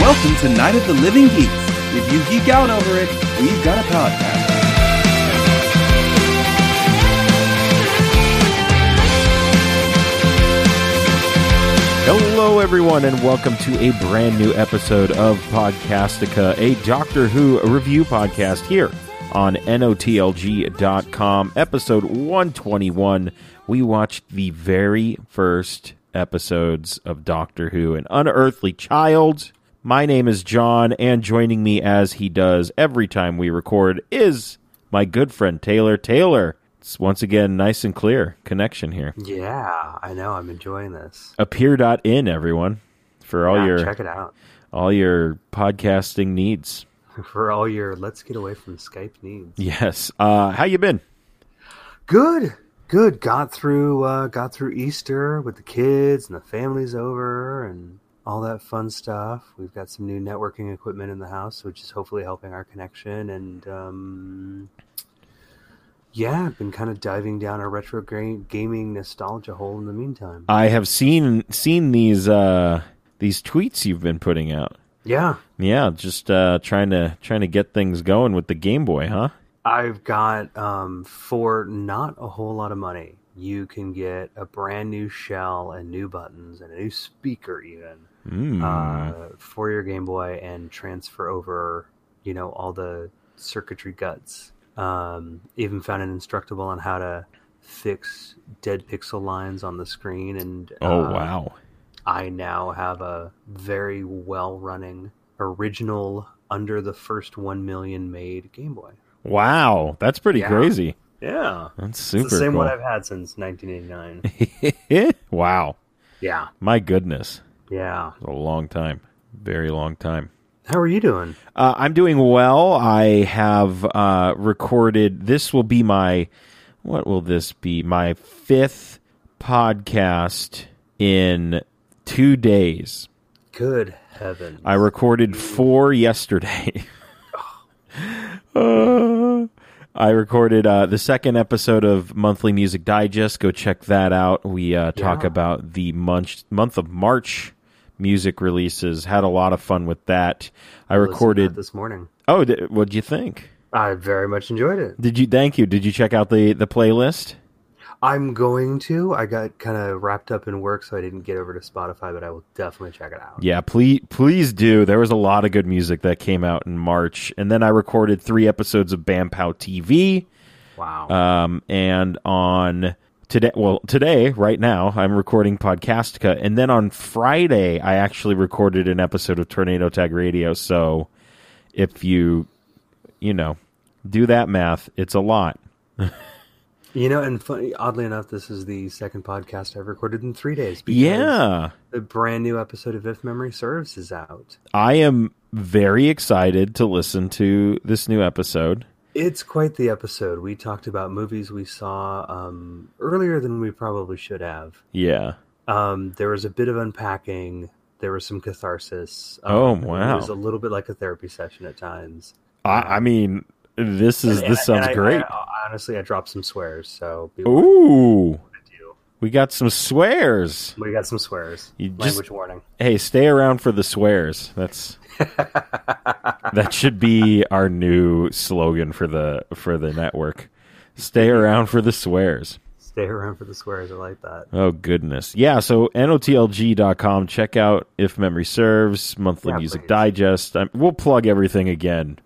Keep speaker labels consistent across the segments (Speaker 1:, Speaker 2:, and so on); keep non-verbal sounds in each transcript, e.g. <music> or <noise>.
Speaker 1: welcome to Night of the Living Geeks. If you geek out over it, we've got a podcast.
Speaker 2: Hello, everyone, and welcome to a brand new episode of Podcastica, a Doctor Who review podcast here on NOTLG.com, episode 121. We watched the very first episodes of Doctor Who, An Unearthly Child. My name is John, and joining me as he does every time we record is my good friend Taylor. Taylor, it's once again nice and clear connection here.
Speaker 3: Yeah, I know. I'm enjoying this.
Speaker 2: appear.in everyone for all
Speaker 3: Yeah,
Speaker 2: your
Speaker 3: check it out <laughs>
Speaker 2: all your podcasting needs
Speaker 3: for all your let's get away from Skype needs.
Speaker 2: yes uh how you been
Speaker 3: Good, good. Got through, uh, got through Easter with the kids and the families over and all that fun stuff. We've got some new networking equipment in the house, which is hopefully helping our connection. And um, yeah, I've been kind of diving down a retro ga- gaming nostalgia hole in the meantime.
Speaker 2: i have seen seen these uh these tweets you've been putting out
Speaker 3: yeah,
Speaker 2: yeah just uh trying to trying to get things going with the game boy huh
Speaker 3: I've got um, for not a whole lot of money, you can get a brand new shell and new buttons and a new speaker even
Speaker 2: mm.
Speaker 3: uh, for your Game Boy and transfer over, you know, all the circuitry guts. Um, even found an instructable on how to fix dead pixel lines on the screen and
Speaker 2: oh
Speaker 3: uh,
Speaker 2: wow
Speaker 3: I now have a very well running original under the first 1 million made Game Boy.
Speaker 2: wow that's pretty
Speaker 3: yeah.
Speaker 2: crazy
Speaker 3: Yeah.
Speaker 2: that's super
Speaker 3: It's the same
Speaker 2: cool
Speaker 3: one I've had
Speaker 2: <laughs>
Speaker 3: since 1989.
Speaker 2: wow
Speaker 3: yeah,
Speaker 2: my goodness
Speaker 3: yeah.
Speaker 2: a long time very long time
Speaker 3: How are you doing?
Speaker 2: Uh, I'm doing well. I have uh, recorded. This will be my what will this be? My fifth podcast in two days.
Speaker 3: Good heavens!
Speaker 2: I recorded four yesterday. <laughs> Uh, I recorded uh, the second episode of Monthly Music Digest. Go check that out. We uh, talk
Speaker 3: Yeah.
Speaker 2: about the month month of March music releases. Had a lot of fun with that. I
Speaker 3: Listened to
Speaker 2: recorded.
Speaker 3: that this morning.
Speaker 2: Oh, th- what'd you think?
Speaker 3: I very much enjoyed it.
Speaker 2: Did you? Thank you. Did you check out the the playlist?
Speaker 3: I'm going to. I got kind of wrapped up in work, so I didn't get over to Spotify, but I will definitely check it out.
Speaker 2: Yeah, please please do. There was a lot of good music that came out in March, and then I recorded three episodes of Bampow TV.
Speaker 3: Wow.
Speaker 2: Um, and on today, well, today, right now, I'm recording Podcastica, and then on Friday, I actually recorded an episode of Tornado Tag Radio. So, if you, you know, do that math, it's a lot.
Speaker 3: you know, and funny, oddly enough, this is the second podcast I've recorded in three days. because
Speaker 2: Yeah.
Speaker 3: The brand new episode of If Memory Serves is out.
Speaker 2: I am very excited to listen to this new episode.
Speaker 3: It's quite the episode. We talked about movies we saw um, earlier than we probably should have.
Speaker 2: Yeah.
Speaker 3: um, there was a bit of unpacking. There was some catharsis. Um,
Speaker 2: Oh, wow.
Speaker 3: It was a little bit like a therapy session at times.
Speaker 2: I, I mean, this is
Speaker 3: And-
Speaker 2: this
Speaker 3: and- and
Speaker 2: sounds
Speaker 3: I- uh,
Speaker 2: great.
Speaker 3: I- honestly, I dropped some swears, so be warned
Speaker 2: Ooh,
Speaker 3: what I do.
Speaker 2: we got some swears.
Speaker 3: we got some swears.
Speaker 2: You just-
Speaker 3: Language warning.
Speaker 2: Hey, stay around for the swears.
Speaker 3: <laughs>
Speaker 2: That's that should be our new slogan for the for the network. Stay around for the swears.
Speaker 3: Stay around for the swears. I like that.
Speaker 2: Oh goodness. Yeah, so notlg.com check out if memory serves, monthly
Speaker 3: Yeah,
Speaker 2: music
Speaker 3: please.
Speaker 2: digest. i we'll plug everything again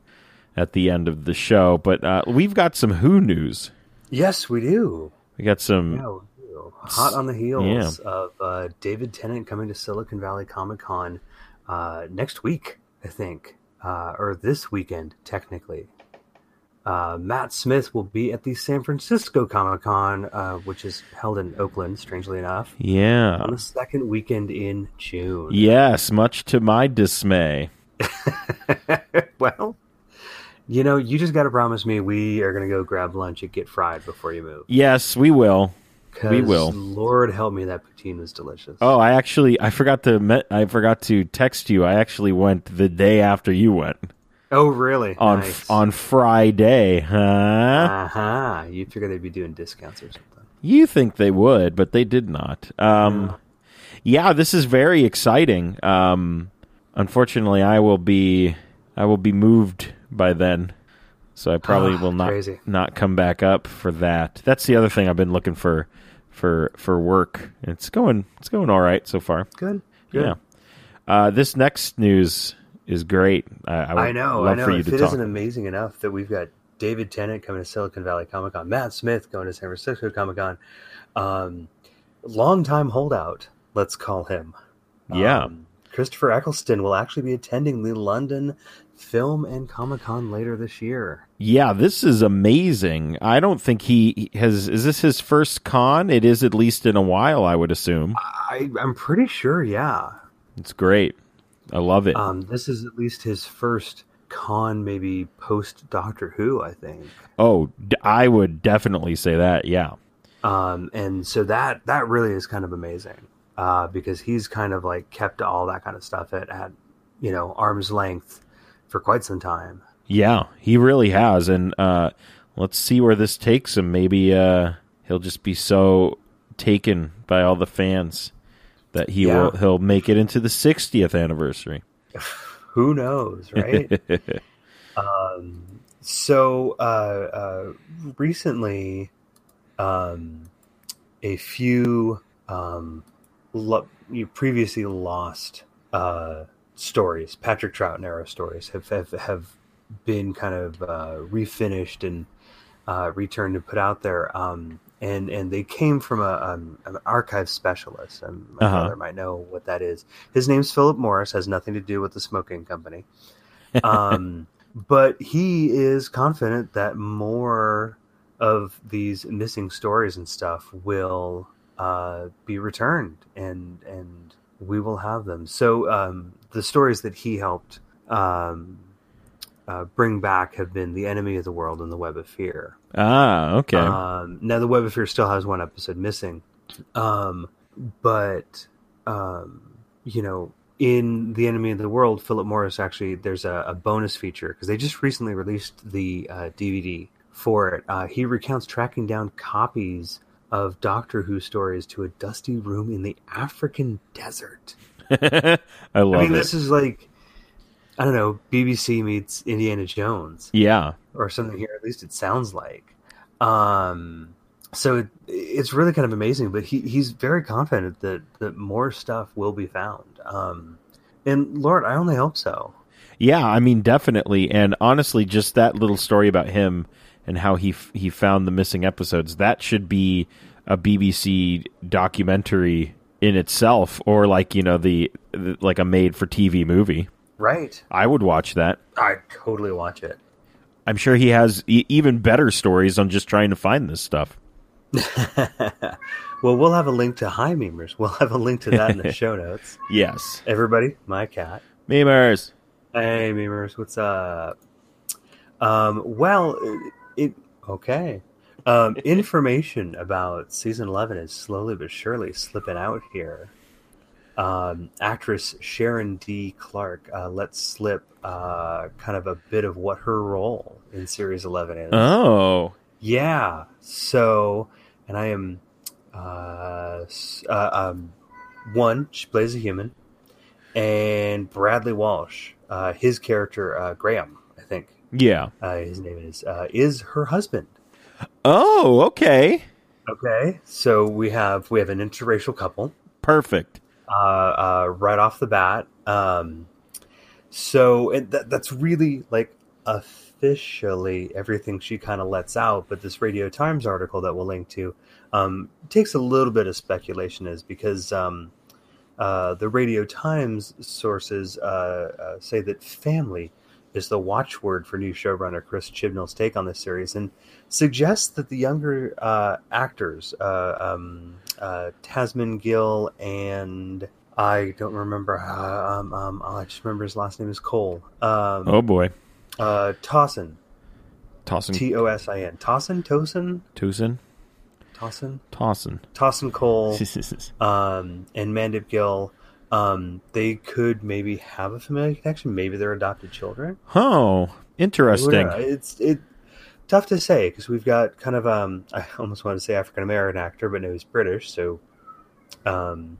Speaker 2: at the end of the show, but uh, we've got some who news.
Speaker 3: Yes, we do.
Speaker 2: We got some
Speaker 3: Yeah, we do. Hot on the heels of uh, David Tennant coming to Silicon Valley Comic Con uh, next week, I think, uh, or this weekend, technically. Uh, Matt Smith will be at the San Francisco Comic Con, uh, which is held in Oakland, strangely enough,
Speaker 2: Yeah.
Speaker 3: on the second weekend in June.
Speaker 2: Yes, much to my dismay.
Speaker 3: <laughs> well, you know, you just got to promise me we are going to go grab lunch and get fried before you move.
Speaker 2: Yes, we will.
Speaker 3: 'Cause
Speaker 2: will.
Speaker 3: Lord help me, that poutine was delicious.
Speaker 2: Oh, I actually I forgot to me- I forgot to text you. I actually went the day after you went
Speaker 3: oh really?
Speaker 2: on
Speaker 3: Nice.
Speaker 2: on Friday, huh?
Speaker 3: Uh huh. You figure they'd be doing discounts or something.
Speaker 2: You think they would, but they did not. Um, yeah. this is very exciting. Um, Unfortunately, I will be I will be moved by then, so I probably
Speaker 3: Ah,
Speaker 2: will not
Speaker 3: crazy.
Speaker 2: not come back up for that. That's the other thing I've been looking for for for work. It's going it's going all right so far.
Speaker 3: Good. Good.
Speaker 2: Yeah. Uh, this next news is great. I, I, would
Speaker 3: I know.
Speaker 2: Love
Speaker 3: I know.
Speaker 2: for you
Speaker 3: if
Speaker 2: to
Speaker 3: it
Speaker 2: talk.
Speaker 3: not amazing enough that we've got David Tennant coming to Silicon Valley Comic Con, Matt Smith going to San Francisco Comic Con, um, longtime holdout, let's call him.
Speaker 2: Yeah.
Speaker 3: Um, Christopher Eccleston will actually be attending the London Film and Comic Con later this year.
Speaker 2: Yeah, this is amazing. I don't think he has. Is this his first con? It is at least in a while. I would assume
Speaker 3: I, I'm pretty sure, yeah.
Speaker 2: it's great. I love it.
Speaker 3: Um, this is at least his first con, maybe post Doctor Who, I think.
Speaker 2: oh, d- I would definitely say that. Yeah,
Speaker 3: um, and so that that really is kind of amazing uh, because he's kind of like kept all that kind of stuff at, at you know arm's length for quite some time.
Speaker 2: yeah, he really has. And uh, let's see where this takes him. Maybe uh, he'll just be so taken by all the fans that he
Speaker 3: Yeah.
Speaker 2: will he'll make it into the 60th anniversary.
Speaker 3: Who knows, right? um, so uh, uh, recently, um, a few um, lo- you previously lost uh, stories, Patrick Trout narrow stories, have have, have been kind of uh, refinished and uh, returned and put out there. Um, and, and they came from a, um, an archive specialist, and my
Speaker 2: Uh-huh.
Speaker 3: brother might know what that is. His name's Philip Morris, has nothing to do with the smoking company um, but he is confident that more of these missing stories and stuff will uh, be returned and and we will have them so um, the stories that he helped um, uh, bring back have been the enemy of the world and the web of fear
Speaker 2: <laughs> ah, okay.
Speaker 3: um, now the Web of Fear still has one episode missing, um, but um, you know, in the Enemy of the World, Philip Morris actually there's a, a bonus feature because they just recently released the uh, DVD for it. Uh, he recounts tracking down copies of Doctor Who stories to a dusty room in the African desert.
Speaker 2: <laughs> I
Speaker 3: I
Speaker 2: love
Speaker 3: mean,
Speaker 2: it.
Speaker 3: this is like. I don't know. BBC meets Indiana Jones
Speaker 2: yeah.
Speaker 3: or something here. At least it sounds like. Um, so it, it's really kind of amazing. But he, he's very confident that that more stuff will be found. Um, and Lord, I only hope so.
Speaker 2: Yeah, I mean definitely, and honestly, just that little story about him and how he f- he found the missing episodes that should be a BBC documentary in itself, or like you know the, the like a made for TV movie.
Speaker 3: Right?
Speaker 2: I would watch that.
Speaker 3: I totally watch it. <laughs>
Speaker 2: I'm sure he has e- even better stories on just trying to find this stuff.
Speaker 3: well, we'll have a link to High Memers. We'll have a link to that in the show notes.
Speaker 2: Yes,
Speaker 3: Everybody, my cat.
Speaker 2: memers.
Speaker 3: Hey, memers, what's up? Um, well, it, it okay. Um, information about season eleven is slowly but surely slipping out here. Um, actress Sharon D. Clark uh, let slip uh, kind of a bit of what her role in series eleven is.
Speaker 2: Oh,
Speaker 3: Yeah. So, and I am uh, s- uh, um, one. She plays a human, and Bradley Walsh, uh, his character uh, Graham, I think
Speaker 2: yeah.
Speaker 3: uh, his name is, uh, is her husband.
Speaker 2: Oh, okay.
Speaker 3: Okay. So we have we have an interracial couple
Speaker 2: Perfect.
Speaker 3: uh, uh, right off the bat. Um, so and that that's really like officially everything she kind of lets out. But this Radio Times article that we'll link to um, takes a little bit of speculation, is because um, uh, the Radio Times sources uh, uh, say that family is the watchword for new showrunner Chris Chibnall's take on this series, and suggests that the younger uh, actors, uh, um, uh, Tasman Gill and I don't remember. Uh, um, um, all I just remember his last name is Cole. Um,
Speaker 2: Oh boy,
Speaker 3: uh, Tossin,
Speaker 2: tossing,
Speaker 3: T O S I N, Tossin, Tosin,
Speaker 2: tossing,
Speaker 3: Tossin,
Speaker 2: <laughs> tossing.
Speaker 3: Tossin Cole, um, and Mandip Gill. Um, they could maybe have a familial connection. Maybe they're adopted children.
Speaker 2: Oh, interesting.
Speaker 3: Whatever. It's it tough to say because we've got kind of <laughs> um I almost want to say African American actor, but no, he's British, so um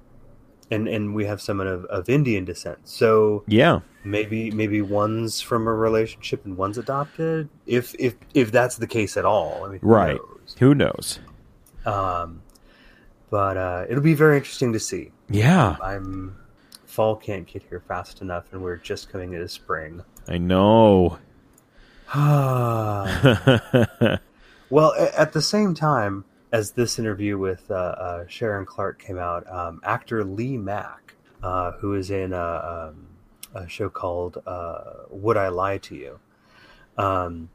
Speaker 3: and and we have someone of, of Indian descent. So
Speaker 2: Yeah.
Speaker 3: maybe maybe one's from a relationship and one's adopted. If if if that's the case at all, I mean, who
Speaker 2: Right.
Speaker 3: knows?
Speaker 2: Who knows?
Speaker 3: Um, but uh, it'll be very interesting to see.
Speaker 2: Yeah.
Speaker 3: I'm fall can't get here fast enough, and we're just coming into spring. <sighs>
Speaker 2: I know. <laughs>
Speaker 3: well, a- at the same time as this interview with uh, uh, Sharon Clark came out, um, actor Lee Mack, uh, who is in a, um, a show called uh, "Would I Lie to You," um,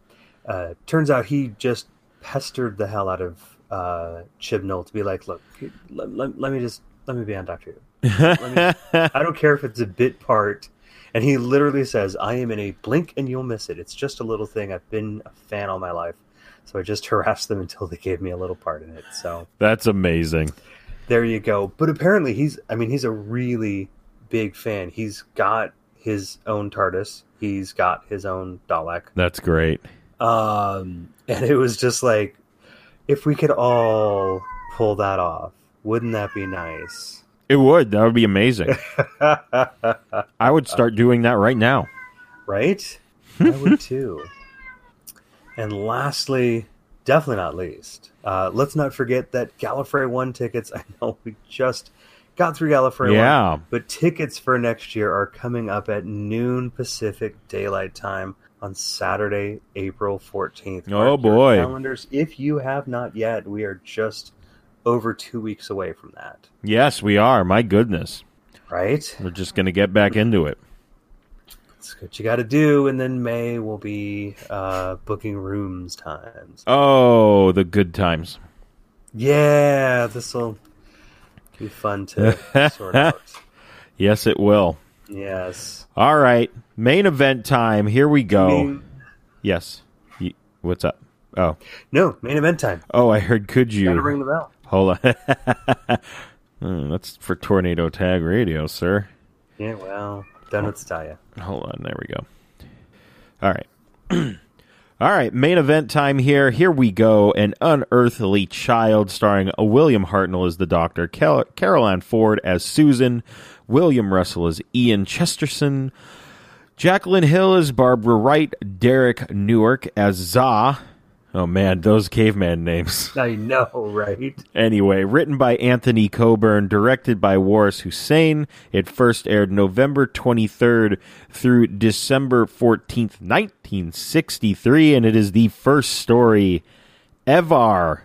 Speaker 3: uh, turns out he just pestered the hell out of uh, Chibnall to be like, "Look, let, let, let me just let me be on Doctor Who. Let me, I don't care if it's a bit part. And he literally says, I am in a blink and you'll miss it. It's just a little thing. I've been a fan all my life. So I just <laughs> harassed them until they gave me a little part in it. So
Speaker 2: That's amazing.
Speaker 3: there you go. But apparently he's I mean, he's a really big fan. He's got his own TARDIS. He's got his own Dalek.
Speaker 2: That's great.
Speaker 3: Um and it was just like if we could all pull that off, wouldn't that be nice? <laughs>
Speaker 2: It would. That would be amazing. I would start doing that right now. <laughs>
Speaker 3: Right? I would too. And lastly, definitely not least, uh, let's not forget that Gallifrey 1 tickets, <laughs> I know we just got through Gallifrey 1,
Speaker 2: Yeah.
Speaker 3: but tickets for next year are coming up at noon Pacific Daylight Time on Saturday, April 14th.
Speaker 2: Oh,
Speaker 3: Mark your
Speaker 2: boy.
Speaker 3: Calendars, if you have not yet, we are just over two weeks away from that,
Speaker 2: Yes, we are. My goodness.
Speaker 3: right?
Speaker 2: We're just going to get back into it.
Speaker 3: That's what you got to do, and then May will be uh, booking rooms times.
Speaker 2: Oh, the good times.
Speaker 3: Yeah, this will be fun to sort out.
Speaker 2: Yes, it will.
Speaker 3: Yes.
Speaker 2: All right. Main event time. Here we go.
Speaker 3: Main-
Speaker 2: yes. Y- What's up? Oh.
Speaker 3: no, main event time.
Speaker 2: Oh, I heard could you.
Speaker 3: Gotta ring the bell.
Speaker 2: Hold on. <laughs> Hmm, that's for Tornado Tag Radio, sir.
Speaker 3: Yeah, well, done with Staya.
Speaker 2: Hold on, there we go. All right. <clears throat> All right, main event time here. Here we go. An Unearthly Child starring William Hartnell as the Doctor, Cal- Caroline Ford as Susan, William Russell as Ian Chesterton, Jacqueline Hill as Barbara Wright, Derek Newark as Za. Oh man, those caveman names. <laughs>
Speaker 3: I know, right?
Speaker 2: Anyway, written by Anthony Coburn, directed by Waris Hussein. It first aired November 23rd through December 14th, 1963, and it is the first story ever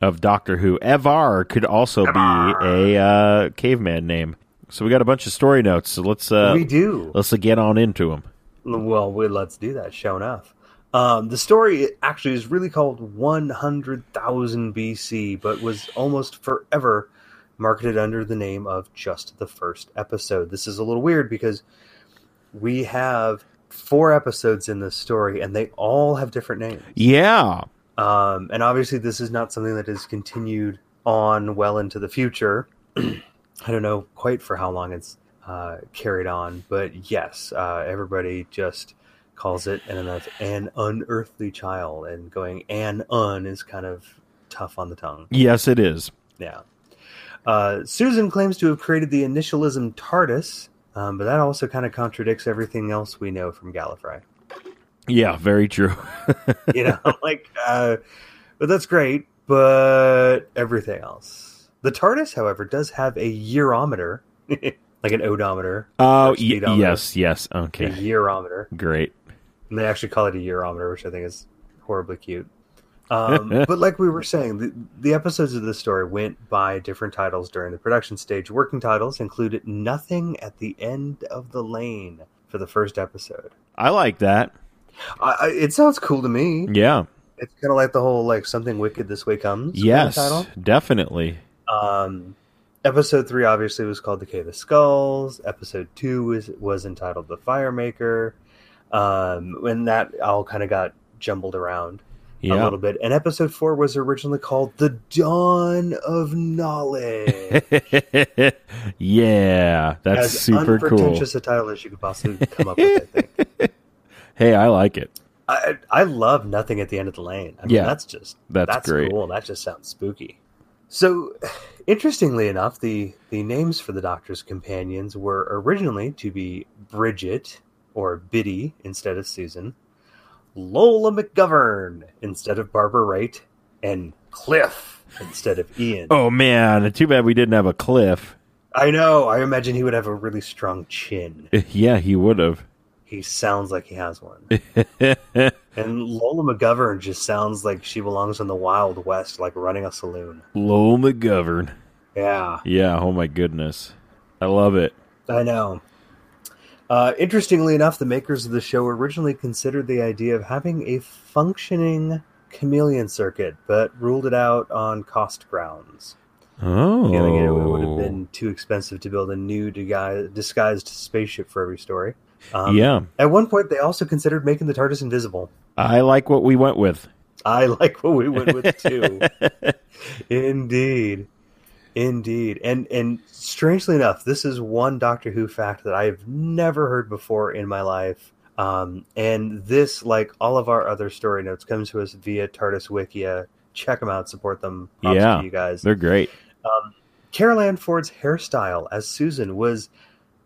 Speaker 2: of Doctor Who. Evar could also be a uh, caveman name. So we got a bunch of story notes. So let's uh,
Speaker 3: we do.
Speaker 2: let's uh, get on into them.
Speaker 3: Well, we, let's do that, show enough. Um, the story actually is really called 100,000 BC, but was almost forever marketed under the name of just the first episode. This is a little weird because we have four episodes in this story and they all have different names.
Speaker 2: Yeah,
Speaker 3: Um, and obviously, this is not something that is continued on well into the future. <clears throat> I don't know quite for how long it's uh, carried on, but yes, uh, everybody just calls it an, unearth- an unearthly child, and going an un is kind of tough on the tongue.
Speaker 2: yes, it is.
Speaker 3: Yeah. Uh, Susan claims to have created the initialism TARDIS, um, but that also kind of contradicts everything else we know from Gallifrey
Speaker 2: Yeah, very true. <laughs>
Speaker 3: <laughs> you know like uh but that's great but everything else the tardis however does have a yearometer <laughs> like an odometer
Speaker 2: Oh,
Speaker 3: Or
Speaker 2: y-
Speaker 3: speedometer.
Speaker 2: yes, yes.
Speaker 3: a
Speaker 2: Okay,
Speaker 3: yearometer
Speaker 2: great.
Speaker 3: and they actually call it a yearometer which i think is horribly cute
Speaker 2: <laughs>
Speaker 3: um, but like we were saying the, the episodes of this story went by different titles during the production stage working titles included nothing at the end of the lane for the first episode
Speaker 2: I like that.
Speaker 3: I, I, it sounds cool to me
Speaker 2: Yeah.
Speaker 3: it's kind of like the whole like something wicked this way comes kind of
Speaker 2: Yes.
Speaker 3: title.
Speaker 2: Definitely.
Speaker 3: Um, episode three obviously was called the Cave of Skulls. Episode two was was entitled the Firemaker. Um, when that all kind of got jumbled around a
Speaker 2: Yeah.
Speaker 3: little bit, and episode four was originally called the Dawn of Knowledge.
Speaker 2: <laughs> yeah. <laughs> That's
Speaker 3: as
Speaker 2: super cool.
Speaker 3: unpretentious a title as you could possibly come up
Speaker 2: <laughs>
Speaker 3: with. I think.
Speaker 2: Hey, I like it.
Speaker 3: I, I love nothing at the end of the lane. I mean,
Speaker 2: Yeah.
Speaker 3: that's just
Speaker 2: That's
Speaker 3: that's
Speaker 2: great.
Speaker 3: cool. That just sounds spooky. So, interestingly enough, the, the names for the Doctor's companions were originally to be Bridget or Biddy instead of Susan, Lola McGovern instead of Barbara Wright, and Cliff instead of Ian.
Speaker 2: Oh man, too bad we didn't have a cliff. <laughs>
Speaker 3: I know. I imagine he would have a really strong chin.
Speaker 2: Yeah, he would have. <laughs>
Speaker 3: He sounds like he has one. and Lola McGovern just sounds like she belongs in the Wild West, like running a saloon.
Speaker 2: Lowell McGovern.
Speaker 3: Yeah,
Speaker 2: Yeah, oh my goodness. I love it.
Speaker 3: I know. Uh, interestingly enough, the makers of the show originally considered the idea of having a functioning chameleon circuit, but ruled it out on cost grounds.
Speaker 2: Oh.
Speaker 3: Feeling it would have been too expensive to build a new disguise, disguised spaceship for every story. Um,
Speaker 2: yeah.
Speaker 3: At one point, they also considered making the TARDIS invisible.
Speaker 2: I like what we went with.
Speaker 3: I like what we went with too. Indeed. Indeed. And and strangely enough, this is one Doctor Who fact that I've never heard before in my life. Um, and this, like all of our other story notes, comes to us via TARDIS Wikia. Check them out, support them. Props
Speaker 2: Yeah.
Speaker 3: to you guys.
Speaker 2: <laughs> They're great.
Speaker 3: Carol Ann Ford's hairstyle as Susan was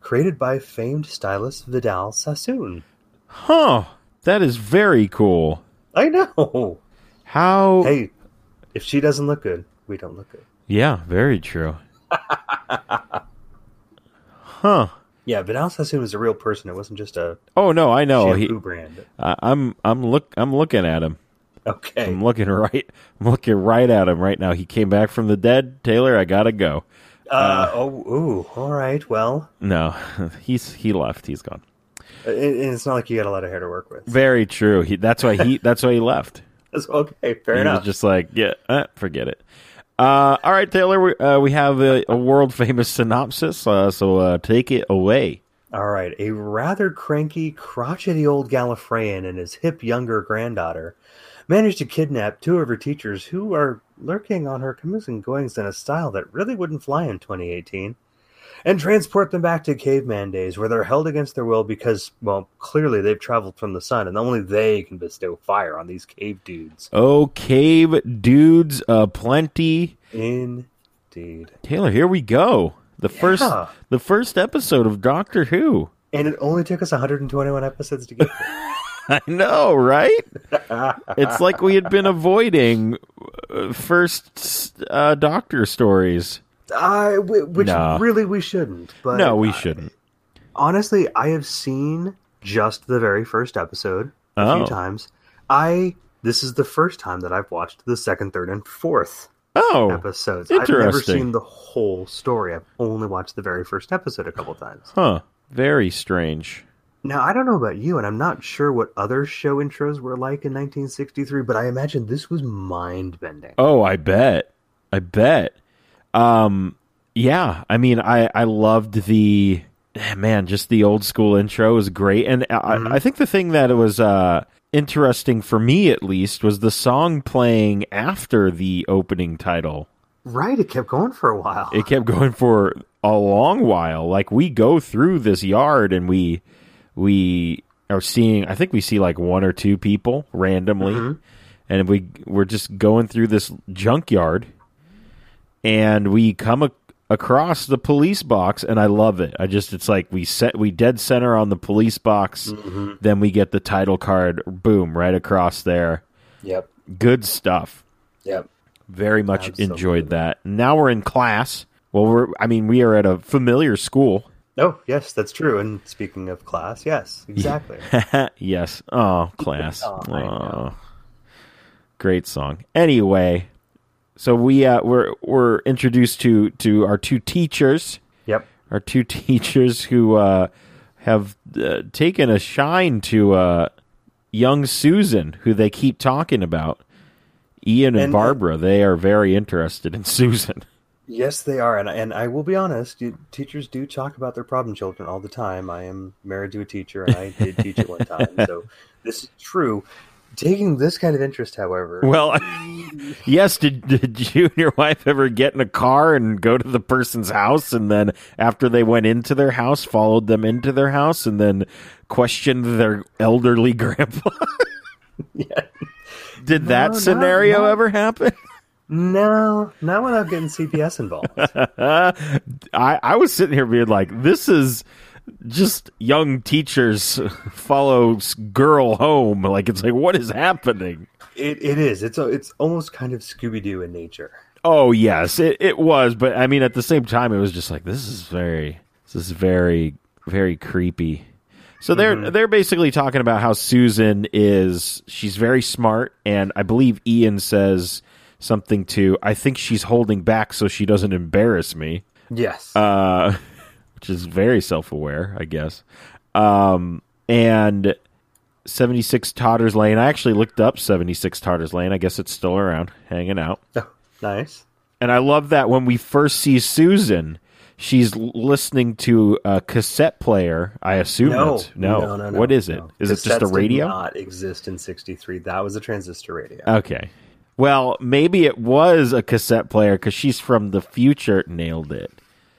Speaker 3: created by famed stylist Vidal Sassoon.
Speaker 2: Huh. That is very cool.
Speaker 3: I know.
Speaker 2: How
Speaker 3: Hey, if she doesn't look good, we don't look good.
Speaker 2: Yeah, very true. <laughs> huh.
Speaker 3: Yeah, Vidal Sassoon was a real person. It wasn't just a
Speaker 2: Oh no, I know.
Speaker 3: shampoo
Speaker 2: He,
Speaker 3: brand.
Speaker 2: I, I'm I'm look I'm looking at him.
Speaker 3: Okay.
Speaker 2: I'm looking <laughs> right I'm looking right at him right now. He came back from the dead. Taylor, I gotta go.
Speaker 3: Uh, oh, ooh. All right. Well,
Speaker 2: No. <laughs> He's he left. He's gone.
Speaker 3: it, it's not like you got a lot of hair to work with.
Speaker 2: Very true. He, that's why he that's why he <laughs> left.
Speaker 3: That's <laughs> okay. Fair
Speaker 2: he
Speaker 3: enough.
Speaker 2: was just like, yeah, uh, forget it. Uh, all right, Taylor, we, uh, we have a, a world famous synopsis, uh, so uh, take it away.
Speaker 3: All right. A rather cranky, crotchety old Gallifreyan and his hip younger granddaughter managed to kidnap two of her teachers who are lurking on her comings and goings in a style that really wouldn't fly in 2018 and transport them back to caveman days where they're held against their will because, well, clearly they've traveled from the sun and only they can bestow fire on these cave dudes.
Speaker 2: Oh, cave dudes, uh, plenty.
Speaker 3: Indeed.
Speaker 2: Taylor, here we go. The first,
Speaker 3: Yeah.
Speaker 2: the first episode of Doctor Who. <laughs>
Speaker 3: And it only took us 121 episodes to get there.
Speaker 2: I know, right? it's like we had been avoiding uh, first uh, Doctor stories.
Speaker 3: <laughs> I- whi- which
Speaker 2: No.
Speaker 3: really we shouldn't. But
Speaker 2: No, we shouldn't.
Speaker 3: honestly, I have seen just the very first episode a
Speaker 2: Oh.
Speaker 3: few times. I this is the first time that I've watched the second, third, and fourth
Speaker 2: Oh,
Speaker 3: episodes. I've never
Speaker 2: Interesting.
Speaker 3: seen the whole story. I've only watched the very first episode a couple times.
Speaker 2: huh? Very strange.
Speaker 3: Now I don't know about you, and I'm not sure what other show intros were like in 1963, but I imagine this was mind bending.
Speaker 2: Oh, I bet. I bet. Um yeah, I mean I I loved the eh, man, just the old school intro was great and I, I think the thing that was uh interesting for me at least was the song playing after the opening title.
Speaker 3: Right? It kept going for a while.
Speaker 2: It kept going for a long while. Like we go through this yard and we we are seeing I think we see like one or two people randomly and we we're just going through this junkyard and we come ac across the police box and I love it. I just it's like we set we dead center on the police box then we get the title card boom right across there.
Speaker 3: Yep.
Speaker 2: Good stuff
Speaker 3: Yep.
Speaker 2: very much
Speaker 3: Absolutely.
Speaker 2: enjoyed that. Now we're in class. Well, we're I mean, we are at a familiar school. <laughs>
Speaker 3: Oh, yes, that's true. And speaking of class, yes,
Speaker 2: <laughs>
Speaker 3: exactly.
Speaker 2: yes. Oh, class.
Speaker 3: <laughs> Oh, I know.
Speaker 2: Oh. Great song. Anyway, so we uh we're we're introduced to to our two teachers,
Speaker 3: yep.
Speaker 2: our two <laughs> teachers who uh have uh, taken a shine to uh young Susan who they keep talking about. Ian and,
Speaker 3: And- uh,
Speaker 2: Barbara, they are very interested in <laughs> Susan.
Speaker 3: Yes, they are, and and I will be honest. You, teachers do talk about their problem children all the time. I am married to a teacher, and I did teach at one time,
Speaker 2: <laughs>
Speaker 3: so this is true. Taking this kind of interest, however,
Speaker 2: Well, <laughs> yes. Did, did you and your wife ever get in a car and go to the person's house, and then after they went into their house, followed them into their house, and then questioned their elderly <laughs> grandpa?
Speaker 3: yeah,
Speaker 2: Did that
Speaker 3: No, not-
Speaker 2: scenario
Speaker 3: not-
Speaker 2: ever happen?
Speaker 3: No, not without getting CPS involved.
Speaker 2: <laughs> I, I was sitting here being like, this is just young teachers follow s- girl home. Like, it's like, what is happening?
Speaker 3: It, it is. It's a, it's almost kind of Scooby Doo in nature.
Speaker 2: Oh, yes, it, it was. But I mean, at the same time, it was just like, this is very, this is very, very creepy. So they're they're basically talking about how Susan is she's very smart and I believe Ian says something to I think she's holding back so she doesn't embarrass me.
Speaker 3: Yes.
Speaker 2: uh, <laughs> which is very self-aware, I guess. Um, and 76 Totters Lane. I actually looked up 76 Totters Lane. I guess it's still around, hanging out.
Speaker 3: Oh, nice.
Speaker 2: And I love that when we first see Susan, she's l- listening to a cassette player. I assume
Speaker 3: No,
Speaker 2: it's- no. What is it?
Speaker 3: no.
Speaker 2: Is it just a
Speaker 3: Cassettes did
Speaker 2: radio?
Speaker 3: Not exist in '63. That was a transistor radio.
Speaker 2: Okay. Well, maybe it was a cassette player because she's from the future. Nailed it.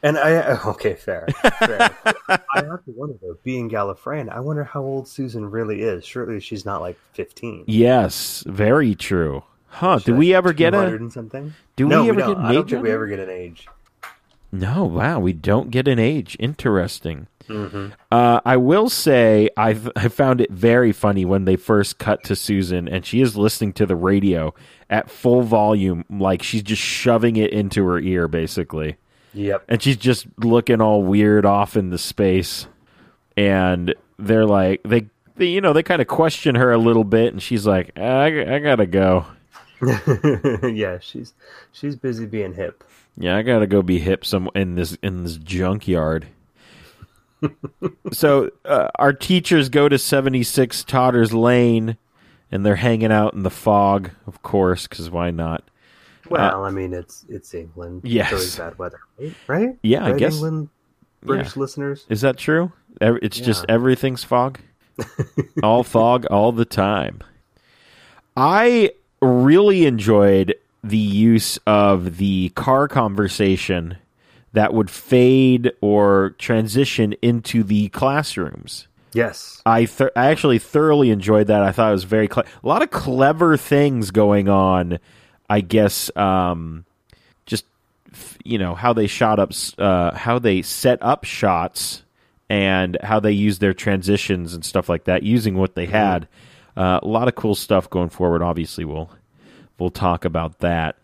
Speaker 3: And I <laughs> okay, fair.
Speaker 2: <laughs>
Speaker 3: fair. I have to wonder though, being Gallifreyan, I wonder how old Susan really is. Surely she's not like fifteen.
Speaker 2: Yes, very true. Huh? Did
Speaker 3: Like
Speaker 2: we ever get a
Speaker 3: 200 and something?
Speaker 2: do
Speaker 3: no,
Speaker 2: we ever
Speaker 3: don't.
Speaker 2: get an
Speaker 3: I don't
Speaker 2: age
Speaker 3: think
Speaker 2: on
Speaker 3: we
Speaker 2: it?
Speaker 3: ever get an age.
Speaker 2: No, wow, we don't get an age. Interesting. Uh, I will say I've, I found it very funny when they first cut to Susan and she is listening to the radio at full volume, like she's just shoving it into her ear, basically.
Speaker 3: Yep.
Speaker 2: And she's just looking all weird off in the space. And they're like, they, they you know, they kind of question her a little bit, and she's like, I, I gotta go.
Speaker 3: <laughs> yeah, she's she's busy being hip.
Speaker 2: Yeah, I gotta go be hip some in this in this junkyard. so uh, our teachers go to seventy six Totters Lane, and they're hanging out in the fog, of course, because why not?
Speaker 3: Well, I mean, it's it's England.
Speaker 2: yes.
Speaker 3: It's always bad weather, right? Right?
Speaker 2: Yeah, I
Speaker 3: Right,
Speaker 2: guess-
Speaker 3: England, British listeners.
Speaker 2: Is that true? Ev- It's just everything's fog, all fog, all the time. I really enjoyed the use of the car conversation that would fade or transition into the classrooms.
Speaker 3: Yes.
Speaker 2: I th- I actually thoroughly enjoyed that. I thought it was very cle- a lot of clever things going on. I guess um, just f- you know how they shot up, s- uh, how they set up shots, and how they use their transitions and stuff like that, using what they had. Uh, a lot of cool stuff going forward. Obviously, we'll we'll talk about that.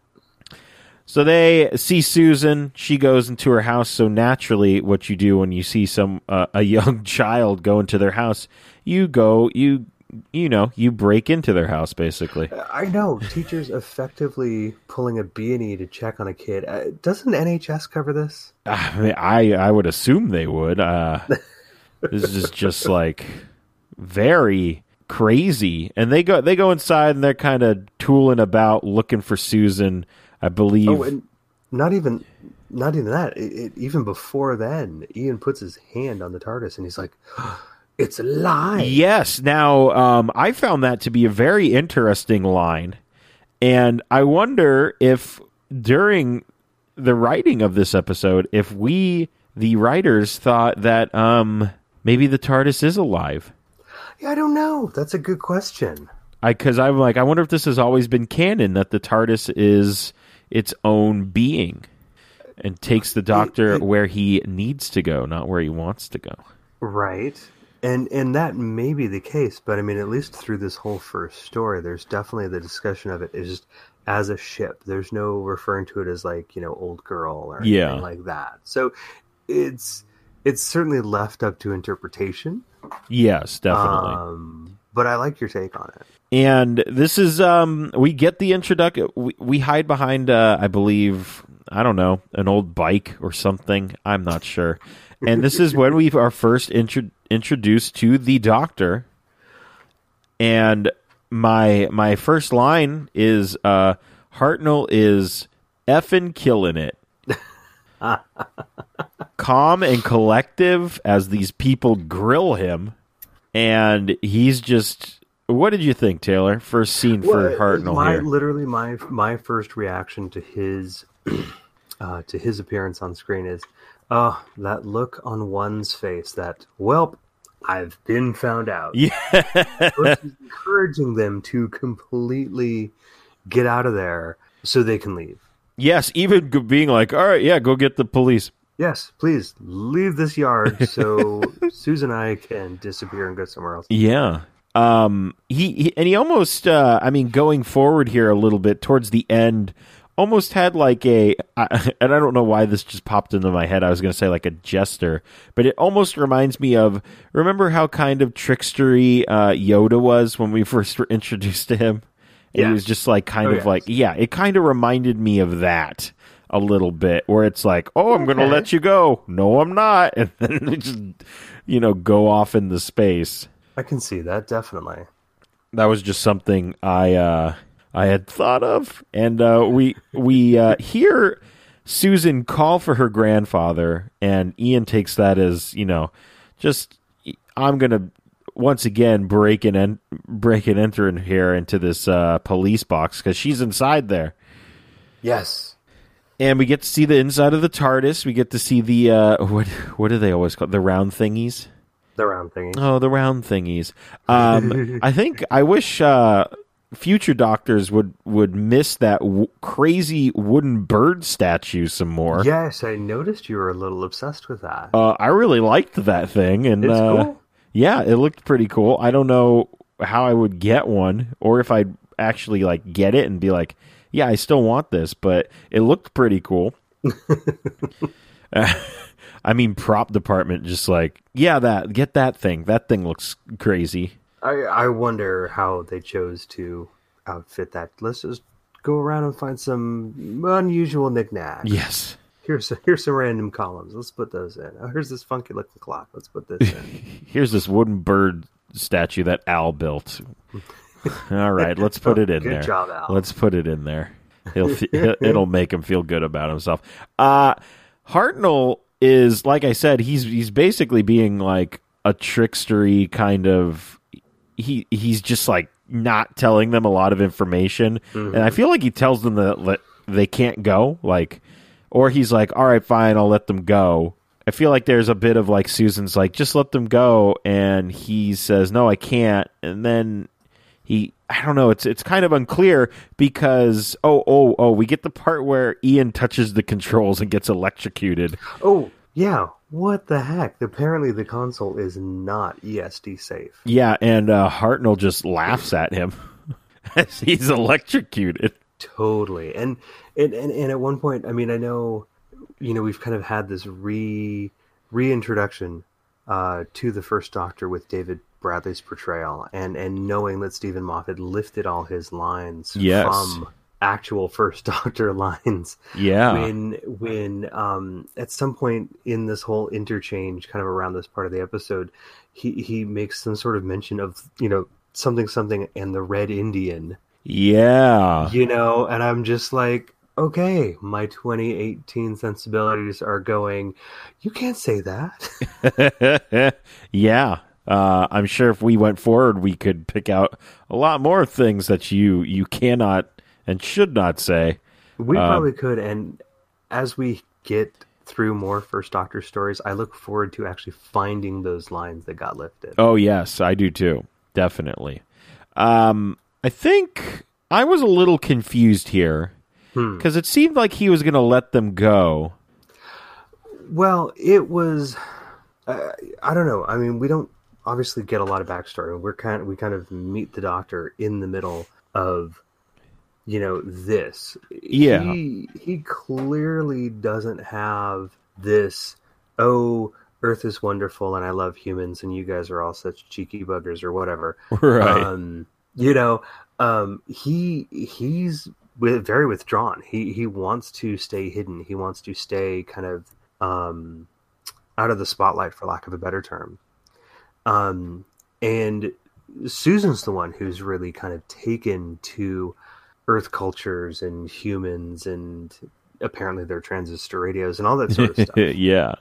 Speaker 2: So they see Susan. She goes into her house. So naturally, what you do when you see some uh, a young <laughs> child go into their house, you go you you know you break into their house basically. <sighs>
Speaker 3: I know teachers effectively pulling a B and E to check on a kid. Uh, doesn't NHS cover this?
Speaker 2: I mean, I I would assume they would. Uh, <laughs> this is just like very crazy. And they go they go inside and they're kind of tooling about looking for Susan. I believe.
Speaker 3: Oh, and not even not even that. It, it, even before then, Ian puts his hand on the TARDIS and he's like, <gasps> "It's alive."
Speaker 2: Yes. Now, um, I found that to be a very interesting line. And I wonder if during the writing of this episode, if we, the writers, thought that um, maybe the TARDIS is alive.
Speaker 3: Yeah, I don't know. That's a good question.
Speaker 2: Because I'm like, I wonder if this has always been canon that the TARDIS is its own being and takes the doctor where he needs to go, not where he wants to go.
Speaker 3: Right. And and that may be the case, but I mean at least through this whole first story, there's definitely the discussion of it is just as a ship. There's no referring to it as like, you know, old girl or anything
Speaker 2: Yeah.
Speaker 3: like that. So it's it's certainly left up to interpretation.
Speaker 2: Yes, definitely.
Speaker 3: Um but I like your take on it.
Speaker 2: and this is um we get the introduction we, we hide behind uh i believe i don't know an old bike or something i'm not sure and this is when we are first intro- introduced to the doctor and my my first line is uh hartnell is effing killing
Speaker 3: <laughs>
Speaker 2: it calm and collective as these people grill him and he's just what did you think taylor first scene for
Speaker 3: Well,
Speaker 2: hartnell
Speaker 3: my,
Speaker 2: here
Speaker 3: Literally, my my first reaction to his <clears throat> uh, to his appearance on screen is, oh, that look on one's face. That welp, I've been found out.
Speaker 2: yeah
Speaker 3: Versus encouraging them to completely get out of there. so they can leave.
Speaker 2: Yes, even g- being like, all right, yeah, go get the police.
Speaker 3: Yes, please leave
Speaker 2: <laughs>
Speaker 3: this yard so Susan and I can disappear and go somewhere else.
Speaker 2: Yeah. Um, he, he and he almost, uh, I mean, going forward here a little bit towards the end, almost had like a, I, <laughs> and I don't know why this just popped into my head. I was going to say like a jester, but it almost reminds me of remember how kind of trickstery uh, Yoda was when we <laughs> first were introduced to him. And He
Speaker 3: Yes.
Speaker 2: was just like kind
Speaker 3: Oh,
Speaker 2: of
Speaker 3: yes.
Speaker 2: like yeah, it kind of reminded me of that a little bit, where it's like, oh, I'm going to
Speaker 3: Okay.
Speaker 2: let you go. No, I'm not, <laughs> and then they just you know go off into space
Speaker 3: I can see that definitely.
Speaker 2: that was just something I uh, I had thought of, and uh, we we uh, hear Susan call for her grandfather, and Ian takes that as you know, just I'm gonna once again break and en- break and enter in here into this uh, police box because she's inside there.
Speaker 3: Yes.
Speaker 2: And we get to see the inside of the TARDIS. We get to see the uh, what what do they always call it? the round thingies?
Speaker 3: The round thingy.
Speaker 2: Oh, the round thingies.
Speaker 3: <laughs>
Speaker 2: Um, I think I wish uh, future doctors would would miss that w- crazy wooden bird statue some more.
Speaker 3: Yes, I noticed you were a little obsessed with that.
Speaker 2: Uh, I really liked that thing, and
Speaker 3: It's
Speaker 2: uh,
Speaker 3: cool.
Speaker 2: yeah, it looked pretty cool. I don't know how I would get one, or if I'd actually like get it and be like, yeah, I still want this, but it looked pretty
Speaker 3: <laughs>
Speaker 2: cool. <laughs> Uh, I mean, prop department just like, yeah, that get that thing. That thing looks crazy.
Speaker 3: I I wonder how they chose to outfit that. Let's just go around and find some unusual knickknacks.
Speaker 2: Yes.
Speaker 3: Here's here's some random columns. Let's put those in. Oh, here's this funky looking clock. Let's put this in.
Speaker 2: Here's this wooden bird statue that Al built. All right, let's put it in
Speaker 3: Good
Speaker 2: there.
Speaker 3: job, Al.
Speaker 2: Let's put it in there. He'll f- he'll- it'll make him feel good about himself. Uh Hartnell is like I said, he's he's basically being like a trickstery kind of he he's just like not telling them a lot of information and i feel like he tells them that le- they can't go like or he's like all right fine i'll let them go i feel like there's a bit of like susan's like just let them go and he says no i can't and then he i don't know it's it's kind of unclear because oh oh oh we get the part where ian touches the controls and gets electrocuted
Speaker 3: oh yeah, what the heck? Apparently the console is not ESD safe.
Speaker 2: yeah and uh, hartnell just laughs at him <laughs> as he's electrocuted
Speaker 3: Totally. And and, and and at one point, I mean, I know, you know, we've kind of had this re reintroduction uh, to the First Doctor with David Bradley's portrayal, and and knowing that Stephen Moffat lifted all his lines
Speaker 2: Yes.
Speaker 3: from actual First <laughs> Doctor lines
Speaker 2: yeah
Speaker 3: when when um at some point in this whole interchange kind of around this part of the episode he he makes some sort of mention of you know something something and the red indian
Speaker 2: Yeah. <laughs>
Speaker 3: you know and i'm just like okay my 2018 sensibilities are going you can't say that <laughs>
Speaker 2: yeah. Uh, I'm sure if we went forward, we could pick out a lot more things that you you cannot and should not say.
Speaker 3: we probably could and as we get through more first doctor stories i look forward to actually finding those lines that got lifted
Speaker 2: Oh yes, I do too. Definitely. Um, I think I was a little confused here
Speaker 3: Hmm.
Speaker 2: because it seemed like he was going to let them go.
Speaker 3: Well, it was. Uh, I don't know. I mean, we don't obviously get a lot of backstory. We're kind. we kind of meet the Doctor in the middle of, you know, this.
Speaker 2: Yeah.
Speaker 3: He, he clearly doesn't have this. Oh, Earth is wonderful, and I love humans, and you guys are all such cheeky buggers, or whatever.
Speaker 2: <laughs> Right.
Speaker 3: Um, you know, um, he he's with, very withdrawn. He he wants to stay hidden. He wants to stay kind of um, out of the spotlight, for lack of a better term. Um, and Susan's the one who's really kind of taken to Earth cultures and humans, and apparently their transistor radios and all that sort of
Speaker 2: <laughs>
Speaker 3: stuff.
Speaker 2: yeah.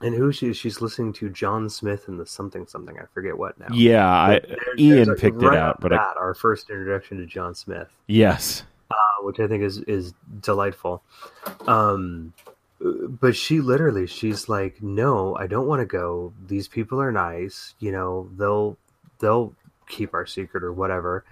Speaker 3: And who she she's listening to John Smith and the something something I forget what now.
Speaker 2: Yeah. I,
Speaker 3: But there-
Speaker 2: Ian
Speaker 3: there's a-
Speaker 2: picked
Speaker 3: right
Speaker 2: it out,
Speaker 3: off
Speaker 2: but
Speaker 3: the
Speaker 2: I,
Speaker 3: bat, our first introduction to John Smith,
Speaker 2: yes.
Speaker 3: uh, which I think is is delightful. Um, but she literally, she's like, "No, I don't want to go. These people are nice. You know, they'll they'll keep our secret or whatever."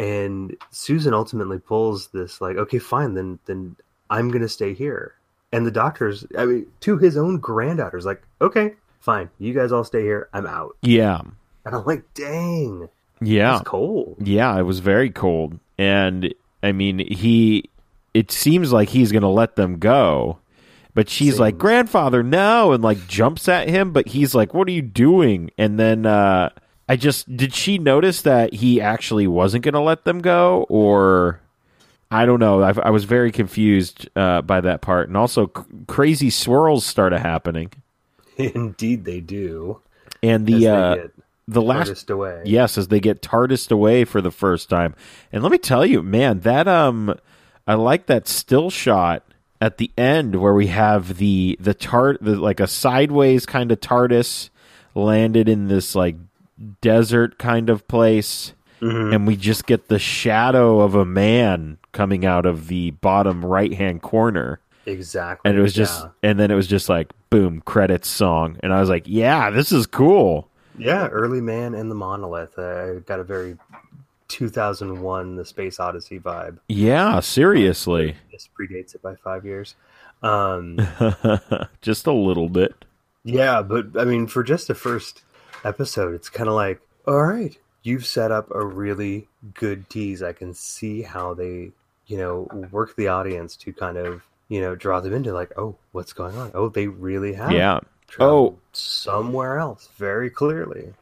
Speaker 3: and Susan ultimately pulls this like, okay, fine, then then I'm gonna stay here. And the doctor's, I mean, to his own granddaughter's like, okay, fine, you guys all stay here. I'm out.
Speaker 2: Yeah.
Speaker 3: And I'm like, dang,
Speaker 2: Yeah.
Speaker 3: it's cold.
Speaker 2: Yeah, it was very cold. And I mean, he it seems like he's going to let them go. But she's
Speaker 3: Same.
Speaker 2: like, "Grandfather, no." And like jumps at him, but he's like, "What are you doing?" And then uh I just did she notice that he actually wasn't going to let them go or I don't know. I, I was very confused uh, by that part, and also c- crazy swirls started happening.
Speaker 3: <laughs> Indeed, they do.
Speaker 2: And
Speaker 3: as
Speaker 2: the
Speaker 3: they
Speaker 2: uh,
Speaker 3: get
Speaker 2: the last
Speaker 3: furthest away.
Speaker 2: Yes, as they get TARDISed away for the first time. And let me tell you, man, that um I like that still shot at the end where we have the the tart the, like a sideways kind of TARDIS landed in this like desert kind of place and we just get the shadow of a man coming out of the bottom right hand corner
Speaker 3: exactly.
Speaker 2: and it was just and then it was just like boom credits song and I was like, "Yeah, this is cool."
Speaker 3: yeah, yeah, early man and the monolith. I got a very 2001, the Space Odyssey vibe.
Speaker 2: Yeah, seriously.
Speaker 3: This predates it by five years.
Speaker 2: <laughs>
Speaker 3: Um,
Speaker 2: just a little bit.
Speaker 3: Yeah, but I mean, for just the first episode, it's kind of like, all right, you've set up a really good tease. I can see how they, you know, work the audience to kind of, you know, draw them into like, oh, what's going on? Oh, they really have.
Speaker 2: Yeah.
Speaker 3: traveled
Speaker 2: Oh.
Speaker 3: somewhere else very clearly.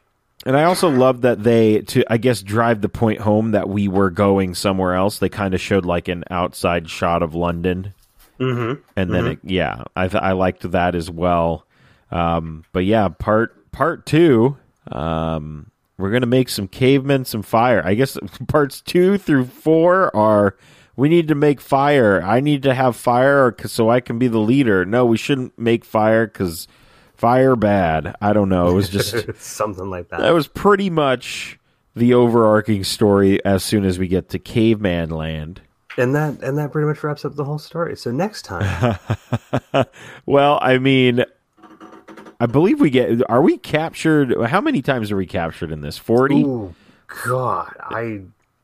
Speaker 2: And I also love that they to I guess drive the point home that we were going somewhere else. They kind of showed like an outside shot of London,
Speaker 3: Mm-hmm. <laughs>
Speaker 2: and then it, yeah, I th- I liked that as well. Um, but yeah, part part two, um, we're gonna make some cavemen, some fire. I guess <laughs> parts two through four are we need to make fire. I need to have fire so I can be the leader. No, we shouldn't make fire because fire bad. I don't know. It was just.
Speaker 3: <laughs> Something like that.
Speaker 2: that was pretty much the overarching story as soon as we get to caveman land
Speaker 3: and that and that pretty much wraps up the whole story. So next
Speaker 2: <laughs>
Speaker 3: time,
Speaker 2: well i mean i believe we get are we captured how many times are we captured in this 40
Speaker 3: oh god, I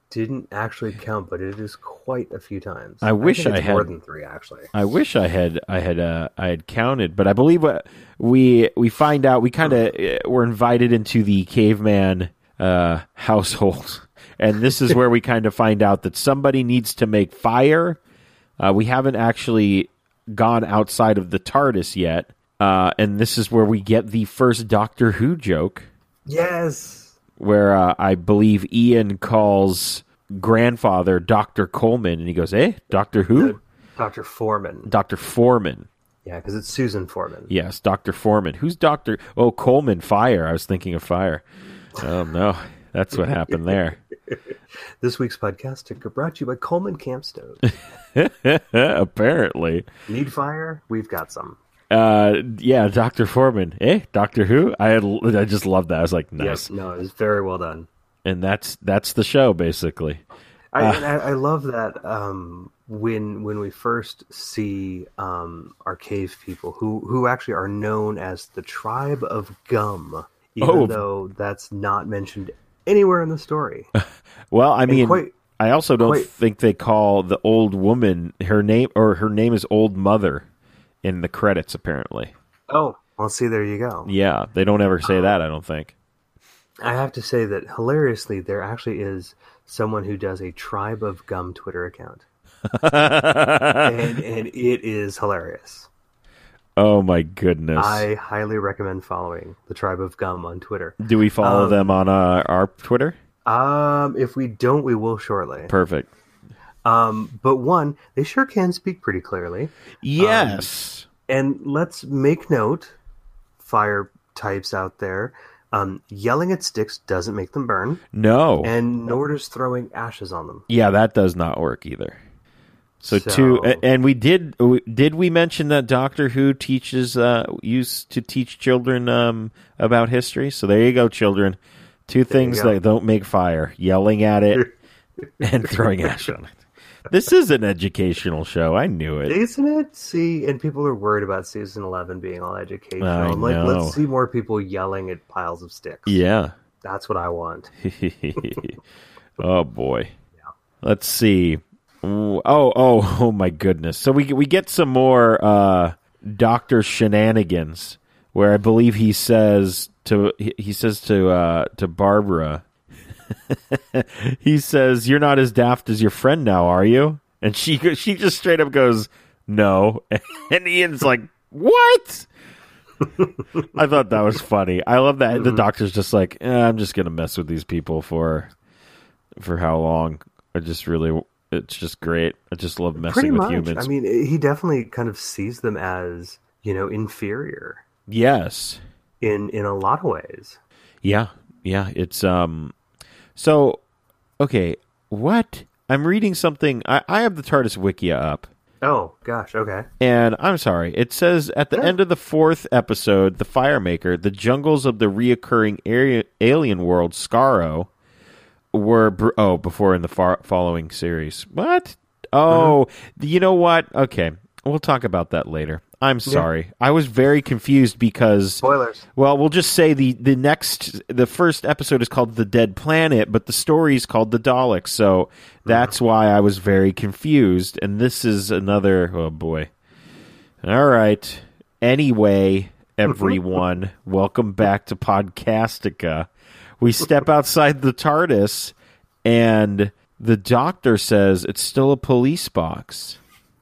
Speaker 3: didn't actually count, but it is quite a few times.
Speaker 2: I wish
Speaker 3: think
Speaker 2: I
Speaker 3: it's more
Speaker 2: had-
Speaker 3: than three actually.
Speaker 2: I wish I had I had uh, I had counted, but I believe what we we find out we kind of were invited into the caveman uh, household, <laughs> and this is where we kind of find out that somebody needs to make fire. Uh, we haven't actually gone outside of the TARDIS yet, uh, and this is where we get the first Doctor Who joke
Speaker 3: Yes.
Speaker 2: where uh, I believe Ian calls grandfather Doctor Coleman, and he goes, "Eh, Doctor Who."
Speaker 3: Dr. Foreman.
Speaker 2: Dr. Foreman.
Speaker 3: Yeah, because it's Susan Foreman.
Speaker 2: Yes, Dr. Foreman. Who's Dr. Oh, Coleman Fire. I was thinking of fire. Oh, no. That's what happened there. <laughs>
Speaker 3: This week's podcast is brought to you by
Speaker 2: <laughs>
Speaker 3: Coleman Campstone.
Speaker 2: Apparently.
Speaker 3: Need fire? We've got some.
Speaker 2: Uh, yeah, Dr. Foreman. Eh, Doctor Who? I had, I just loved that. I was like, nice.
Speaker 3: Yes. No, it's very well done.
Speaker 2: And that's that's the show basically.
Speaker 3: I,
Speaker 2: Ah.
Speaker 3: and I, I love that um, when when we first see um, our cave people, who who actually are known as the tribe of gum, even
Speaker 2: Oh.
Speaker 3: though that's not mentioned anywhere in
Speaker 2: <laughs>
Speaker 3: the story.
Speaker 2: Well, I mean,
Speaker 3: quite-
Speaker 2: I also don't
Speaker 3: quite-
Speaker 2: think they call the old woman her name or her name is Old Mother in the credits apparently.
Speaker 3: oh, well, see, there you go.
Speaker 2: Yeah, they don't ever say that, I don't
Speaker 3: <laughs>
Speaker 2: think.
Speaker 3: I have to say that hilariously, there actually is someone who does a tribe of gum
Speaker 2: <laughs>
Speaker 3: Twitter account, and, and it is hilarious.
Speaker 2: Oh my goodness.
Speaker 3: I highly recommend following the tribe of gum on Twitter.
Speaker 2: Do we follow them on uh, our Twitter?
Speaker 3: Um, if we don't, we will shortly.
Speaker 2: Perfect.
Speaker 3: Um, but one, they sure can speak pretty clearly,
Speaker 2: Yes.
Speaker 3: and let's make note, fire types out there. Um, yelling at sticks doesn't make them burn,
Speaker 2: no.
Speaker 3: and nor does throwing ashes on them.
Speaker 2: yeah, that does not work either. So,
Speaker 3: So-
Speaker 2: two, a- and we did we- did we mention that Doctor Who teaches uh used to teach children um about history? So there you go, children. Two things
Speaker 3: go.
Speaker 2: that don't make fire: yelling at it
Speaker 3: <laughs>
Speaker 2: and throwing ash on it. This is an educational show. I knew it.
Speaker 3: Isn't it? See, and people are worried about season eleven being all educational.
Speaker 2: I
Speaker 3: I'm like,
Speaker 2: know.
Speaker 3: let's see more people yelling at piles of sticks.
Speaker 2: Yeah.
Speaker 3: That's what I want.
Speaker 2: <laughs> oh boy. Let's see. Oh, oh, <laughs> oh my goodness. So we we get some more uh, Doctor shenanigans where I believe he says to he he says to uh, to Barbara. he says, "You're not as daft as your friend now, are you?" And she go- she just straight up goes, "No." <laughs> And Ian's like, "What?" <laughs> I thought that was funny. I love that the
Speaker 3: Mm-hmm.
Speaker 2: doctor's just like, eh, "I'm just gonna mess with these people for for how long?" I just really, it's just great. I just love messing
Speaker 3: Pretty
Speaker 2: with
Speaker 3: much.
Speaker 2: humans.
Speaker 3: I mean, he definitely kind of sees them as you know inferior
Speaker 2: yes.
Speaker 3: in in a lot of ways.
Speaker 2: Yeah, yeah. It's um. So, okay, what? I'm reading something. I, I have the TARDIS Wikia up,
Speaker 3: Oh gosh. Okay.
Speaker 2: and I'm sorry. It says at the end of the fourth episode, the Firemaker, the jungles of the reoccurring area, alien world Scaro, were br- oh before in the far- following series. What? Oh, you know what? Okay, we'll talk about that later. I'm sorry. I was very confused because
Speaker 3: Spoilers.
Speaker 2: well, we'll just say the the next the first episode is called The Dead Planet, but the story is called The Daleks. So that's why I was very confused. And this is another oh boy. All right. Anyway, everyone, welcome back to Podcastica. We step outside the TARDIS and the doctor says it's still a police box.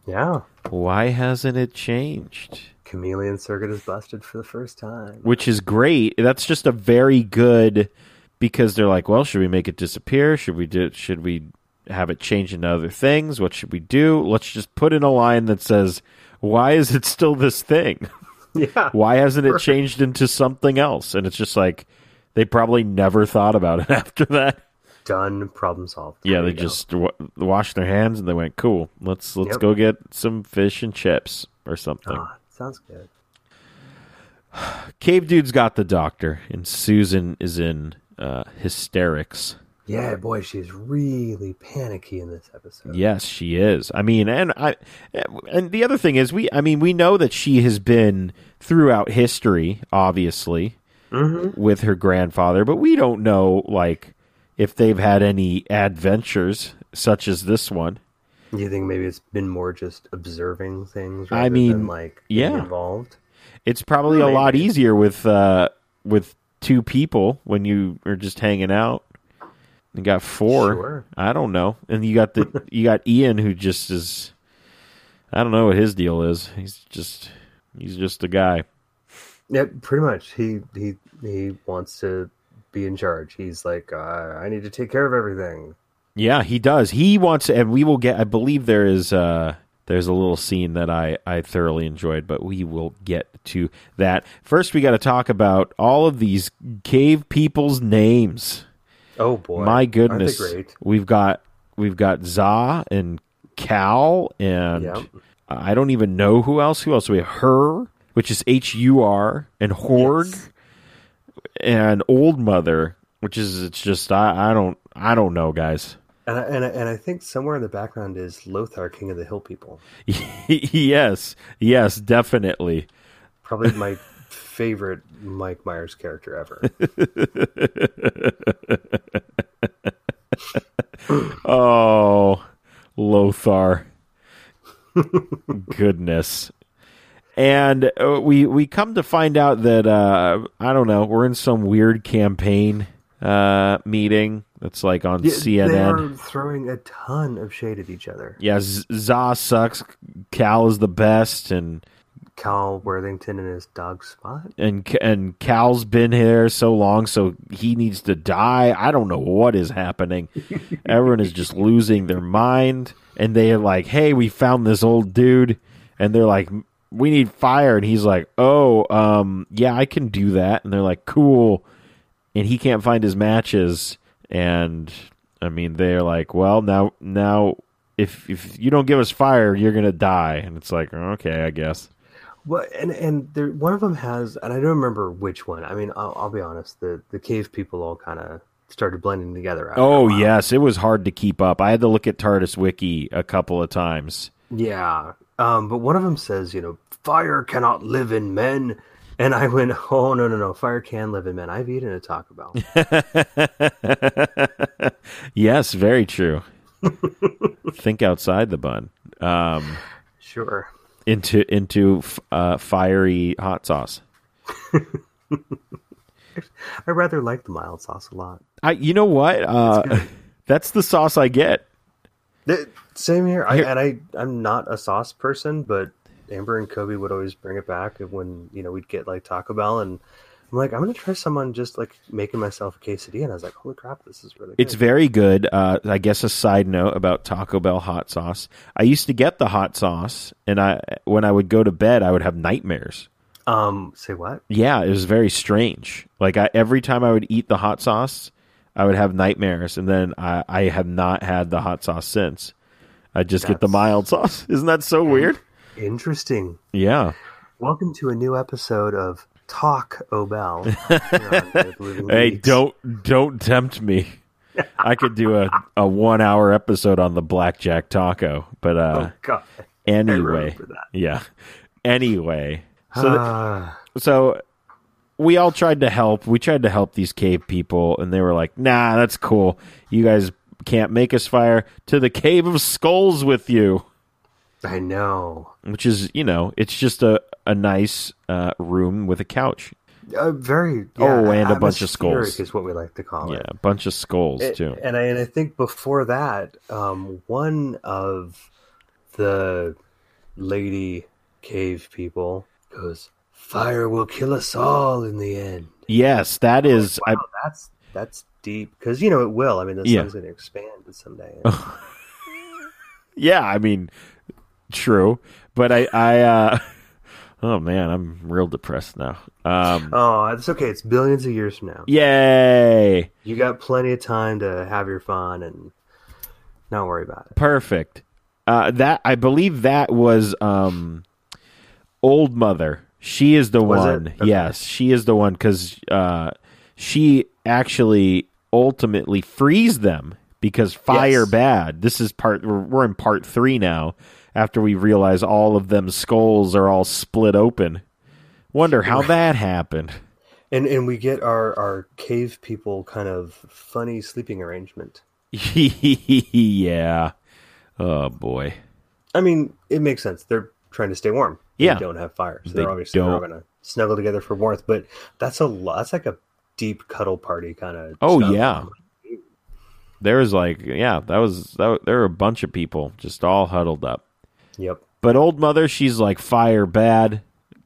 Speaker 3: Yeah.
Speaker 2: Why hasn't it changed?
Speaker 3: Chameleon Circuit is busted for the
Speaker 2: <laughs>
Speaker 3: first time.
Speaker 2: which is great. That's just a very good because they're like, well, should we make it disappear? Should we do? Should we have it change into other things? What should we do? Let's just put in a line that says, "Why is it still this thing? <laughs>
Speaker 3: Yeah.
Speaker 2: Why hasn't it changed into something else?" And it's just like they probably never thought about it <laughs> after that.
Speaker 3: Done. Problem solved.
Speaker 2: Yeah,
Speaker 3: There
Speaker 2: they
Speaker 3: you go.
Speaker 2: just wa- washed their hands and they went, "Cool, let's let's
Speaker 3: Yep.
Speaker 2: go get some fish and chips or something."
Speaker 3: Ah, sounds good.
Speaker 2: Cave dude's got the doctor, and Susan is in uh, hysterics.
Speaker 3: Yeah, boy, she's really panicky in this episode.
Speaker 2: Yes, she is. I mean, and I and the other thing is we I mean, we know that she has been throughout history, obviously, with her grandfather, but we don't know like if they've had any adventures such as this one.
Speaker 3: Do you think maybe it's been more just observing things rather
Speaker 2: I mean,
Speaker 3: than like
Speaker 2: yeah.
Speaker 3: being involved?
Speaker 2: It's probably a lot easier with uh with two people when you are just hanging out. You got four.
Speaker 3: Sure.
Speaker 2: I don't know. And you got the you got Ian who just is I don't know what his deal is. He's just he's just a guy.
Speaker 3: Yeah, pretty much. He he he wants to be in charge. He's like, uh, I need to take care of everything.
Speaker 2: Yeah, he does. He wants and we will get I believe there is uh there's a little scene that I, I thoroughly enjoyed, but we will get to that. First we gotta talk about all of these cave people's names.
Speaker 3: Oh boy,
Speaker 2: My
Speaker 3: Aren't they
Speaker 2: goodness,
Speaker 3: great?
Speaker 2: we've got we've got Za and Cal, and
Speaker 3: Yep.
Speaker 2: I don't even know who else. Who else? We have her, which is H U R, and Horde, and Old Mother, which is it's just I, I don't I don't know, guys. <laughs>
Speaker 3: And I, and I, and I think somewhere in the background is Lothar, King of the Hill People.
Speaker 2: yes, yes, definitely.
Speaker 3: Probably my favorite Mike Myers character ever.
Speaker 2: Oh, Lothar. Goodness. And uh, we we come to find out that uh, I don't know we're in some weird campaign uh, meeting that's like on
Speaker 3: They
Speaker 2: CNN.
Speaker 3: are throwing a ton of shade at each other.
Speaker 2: Yeah, Z- Za sucks. Cal is the best, and
Speaker 3: Cal Worthington and his dog Spot.
Speaker 2: and and Cal's been here so long, so he needs to die. I don't know what is happening. Everyone is just losing their mind, and they are like, "Hey, we found this old dude," and they're like, "We need fire," and he's like, "Oh, um, yeah, I can do that," and they're like, "Cool," and he can't find his matches, and I mean, they're like, "Well, now, now." If, if you don't give us fire, you're gonna die, and it's like okay, I guess.
Speaker 3: Well, and and there, one of them has, and I don't remember which one. I mean, I'll, I'll be honest. The the cave people all kind of started blending together. after a
Speaker 2: Oh
Speaker 3: while.
Speaker 2: yes, it was hard to keep up. I had to look at TARDIS wiki a couple of times. <laughs>
Speaker 3: yeah. Um, but one of them says, you know, fire cannot live in men. And I went, <laughs> oh no no no, fire can live in men. I've eaten a Taco Bell.
Speaker 2: yes, very true. think outside the bun um,
Speaker 3: Sure.
Speaker 2: into into f- uh, fiery hot sauce.
Speaker 3: I rather like the mild sauce a lot.
Speaker 2: I, you know what? Uh, <laughs> that's the sauce I get.
Speaker 3: Th- Same here. I,
Speaker 2: Here-
Speaker 3: and I, I'm not a sauce person, but Amber and Kobe would always bring it back when you know we'd get like Taco Bell, and I'm like, I'm gonna try someone just like making myself a quesadilla, and I was like, holy crap, this is really good.
Speaker 2: It's very good. Uh, I guess a side note about Taco Bell hot sauce. I used to get the hot sauce, and I when I would go to bed, I would have nightmares.
Speaker 3: um, say what?
Speaker 2: Yeah, it was very strange. Like I, every time I would eat the hot sauce, I would have nightmares, and then I, I have not had the hot sauce since. I just get the
Speaker 3: That's-
Speaker 2: mild sauce. <laughs> Isn't that so weird?
Speaker 3: Interesting.
Speaker 2: Yeah.
Speaker 3: Welcome to a new episode of Talk
Speaker 2: <laughs>
Speaker 3: Obel.
Speaker 2: Hey,
Speaker 3: hey,
Speaker 2: don't don't tempt me. I could do a, a one hour episode on the blackjack taco, but uh,
Speaker 3: Oh God.
Speaker 2: anyway,
Speaker 3: remember that.
Speaker 2: yeah. Anyway, so th-
Speaker 3: Ah,
Speaker 2: so we all tried to help. We tried to help these cave people, and they were like, "Nah, that's cool. You guys can't make us fire to the cave of skulls with you."
Speaker 3: I know.
Speaker 2: Which is, you know, it's just a a nice uh, room with a couch.
Speaker 3: Uh, very.
Speaker 2: Oh,
Speaker 3: yeah,
Speaker 2: and a bunch of skulls.
Speaker 3: atmospheric is what we like to call
Speaker 2: Yeah,
Speaker 3: it.
Speaker 2: a bunch of skulls
Speaker 3: A-
Speaker 2: too.
Speaker 3: And I, and I think before that, um, one of the lady cave people goes, "Fire will kill us all in the end."
Speaker 2: Yes, that is. I,
Speaker 3: Oh, Wow, that's that's deep because you know it will. I mean, this
Speaker 2: Yeah.
Speaker 3: thing's going to expand someday.
Speaker 2: yeah, I mean, true, but I, I, uh, <laughs> oh man, I'm real depressed now. Um,
Speaker 3: oh, it's okay. It's billions of years from now.
Speaker 2: yay,
Speaker 3: You got plenty of time to have your fun and not worry about it.
Speaker 2: perfect. Uh, that I believe that was um, old mother. She is the
Speaker 3: Was it?
Speaker 2: one.
Speaker 3: Okay.
Speaker 2: Yes, she is the one because uh, she actually ultimately frees them because fire
Speaker 3: Yes.
Speaker 2: bad. This is part. We're, we're in part three now. After we realize all of them skulls are all split open. Wonder how that happened. <laughs>
Speaker 3: And and we get our our cave people kind of funny sleeping arrangement.
Speaker 2: yeah. Oh boy.
Speaker 3: I mean, it makes sense. They're trying to stay warm. They
Speaker 2: Yeah.
Speaker 3: don't have fire, so
Speaker 2: They
Speaker 3: they are obviously
Speaker 2: don't.
Speaker 3: all going to snuggle together for warmth. But that's a lot. That's like a deep cuddle party kind of.
Speaker 2: Oh yeah. There was like yeah, that was that, wa- there were a bunch of people just all huddled up.
Speaker 3: Yep.
Speaker 2: But old mother, she's like fire bad.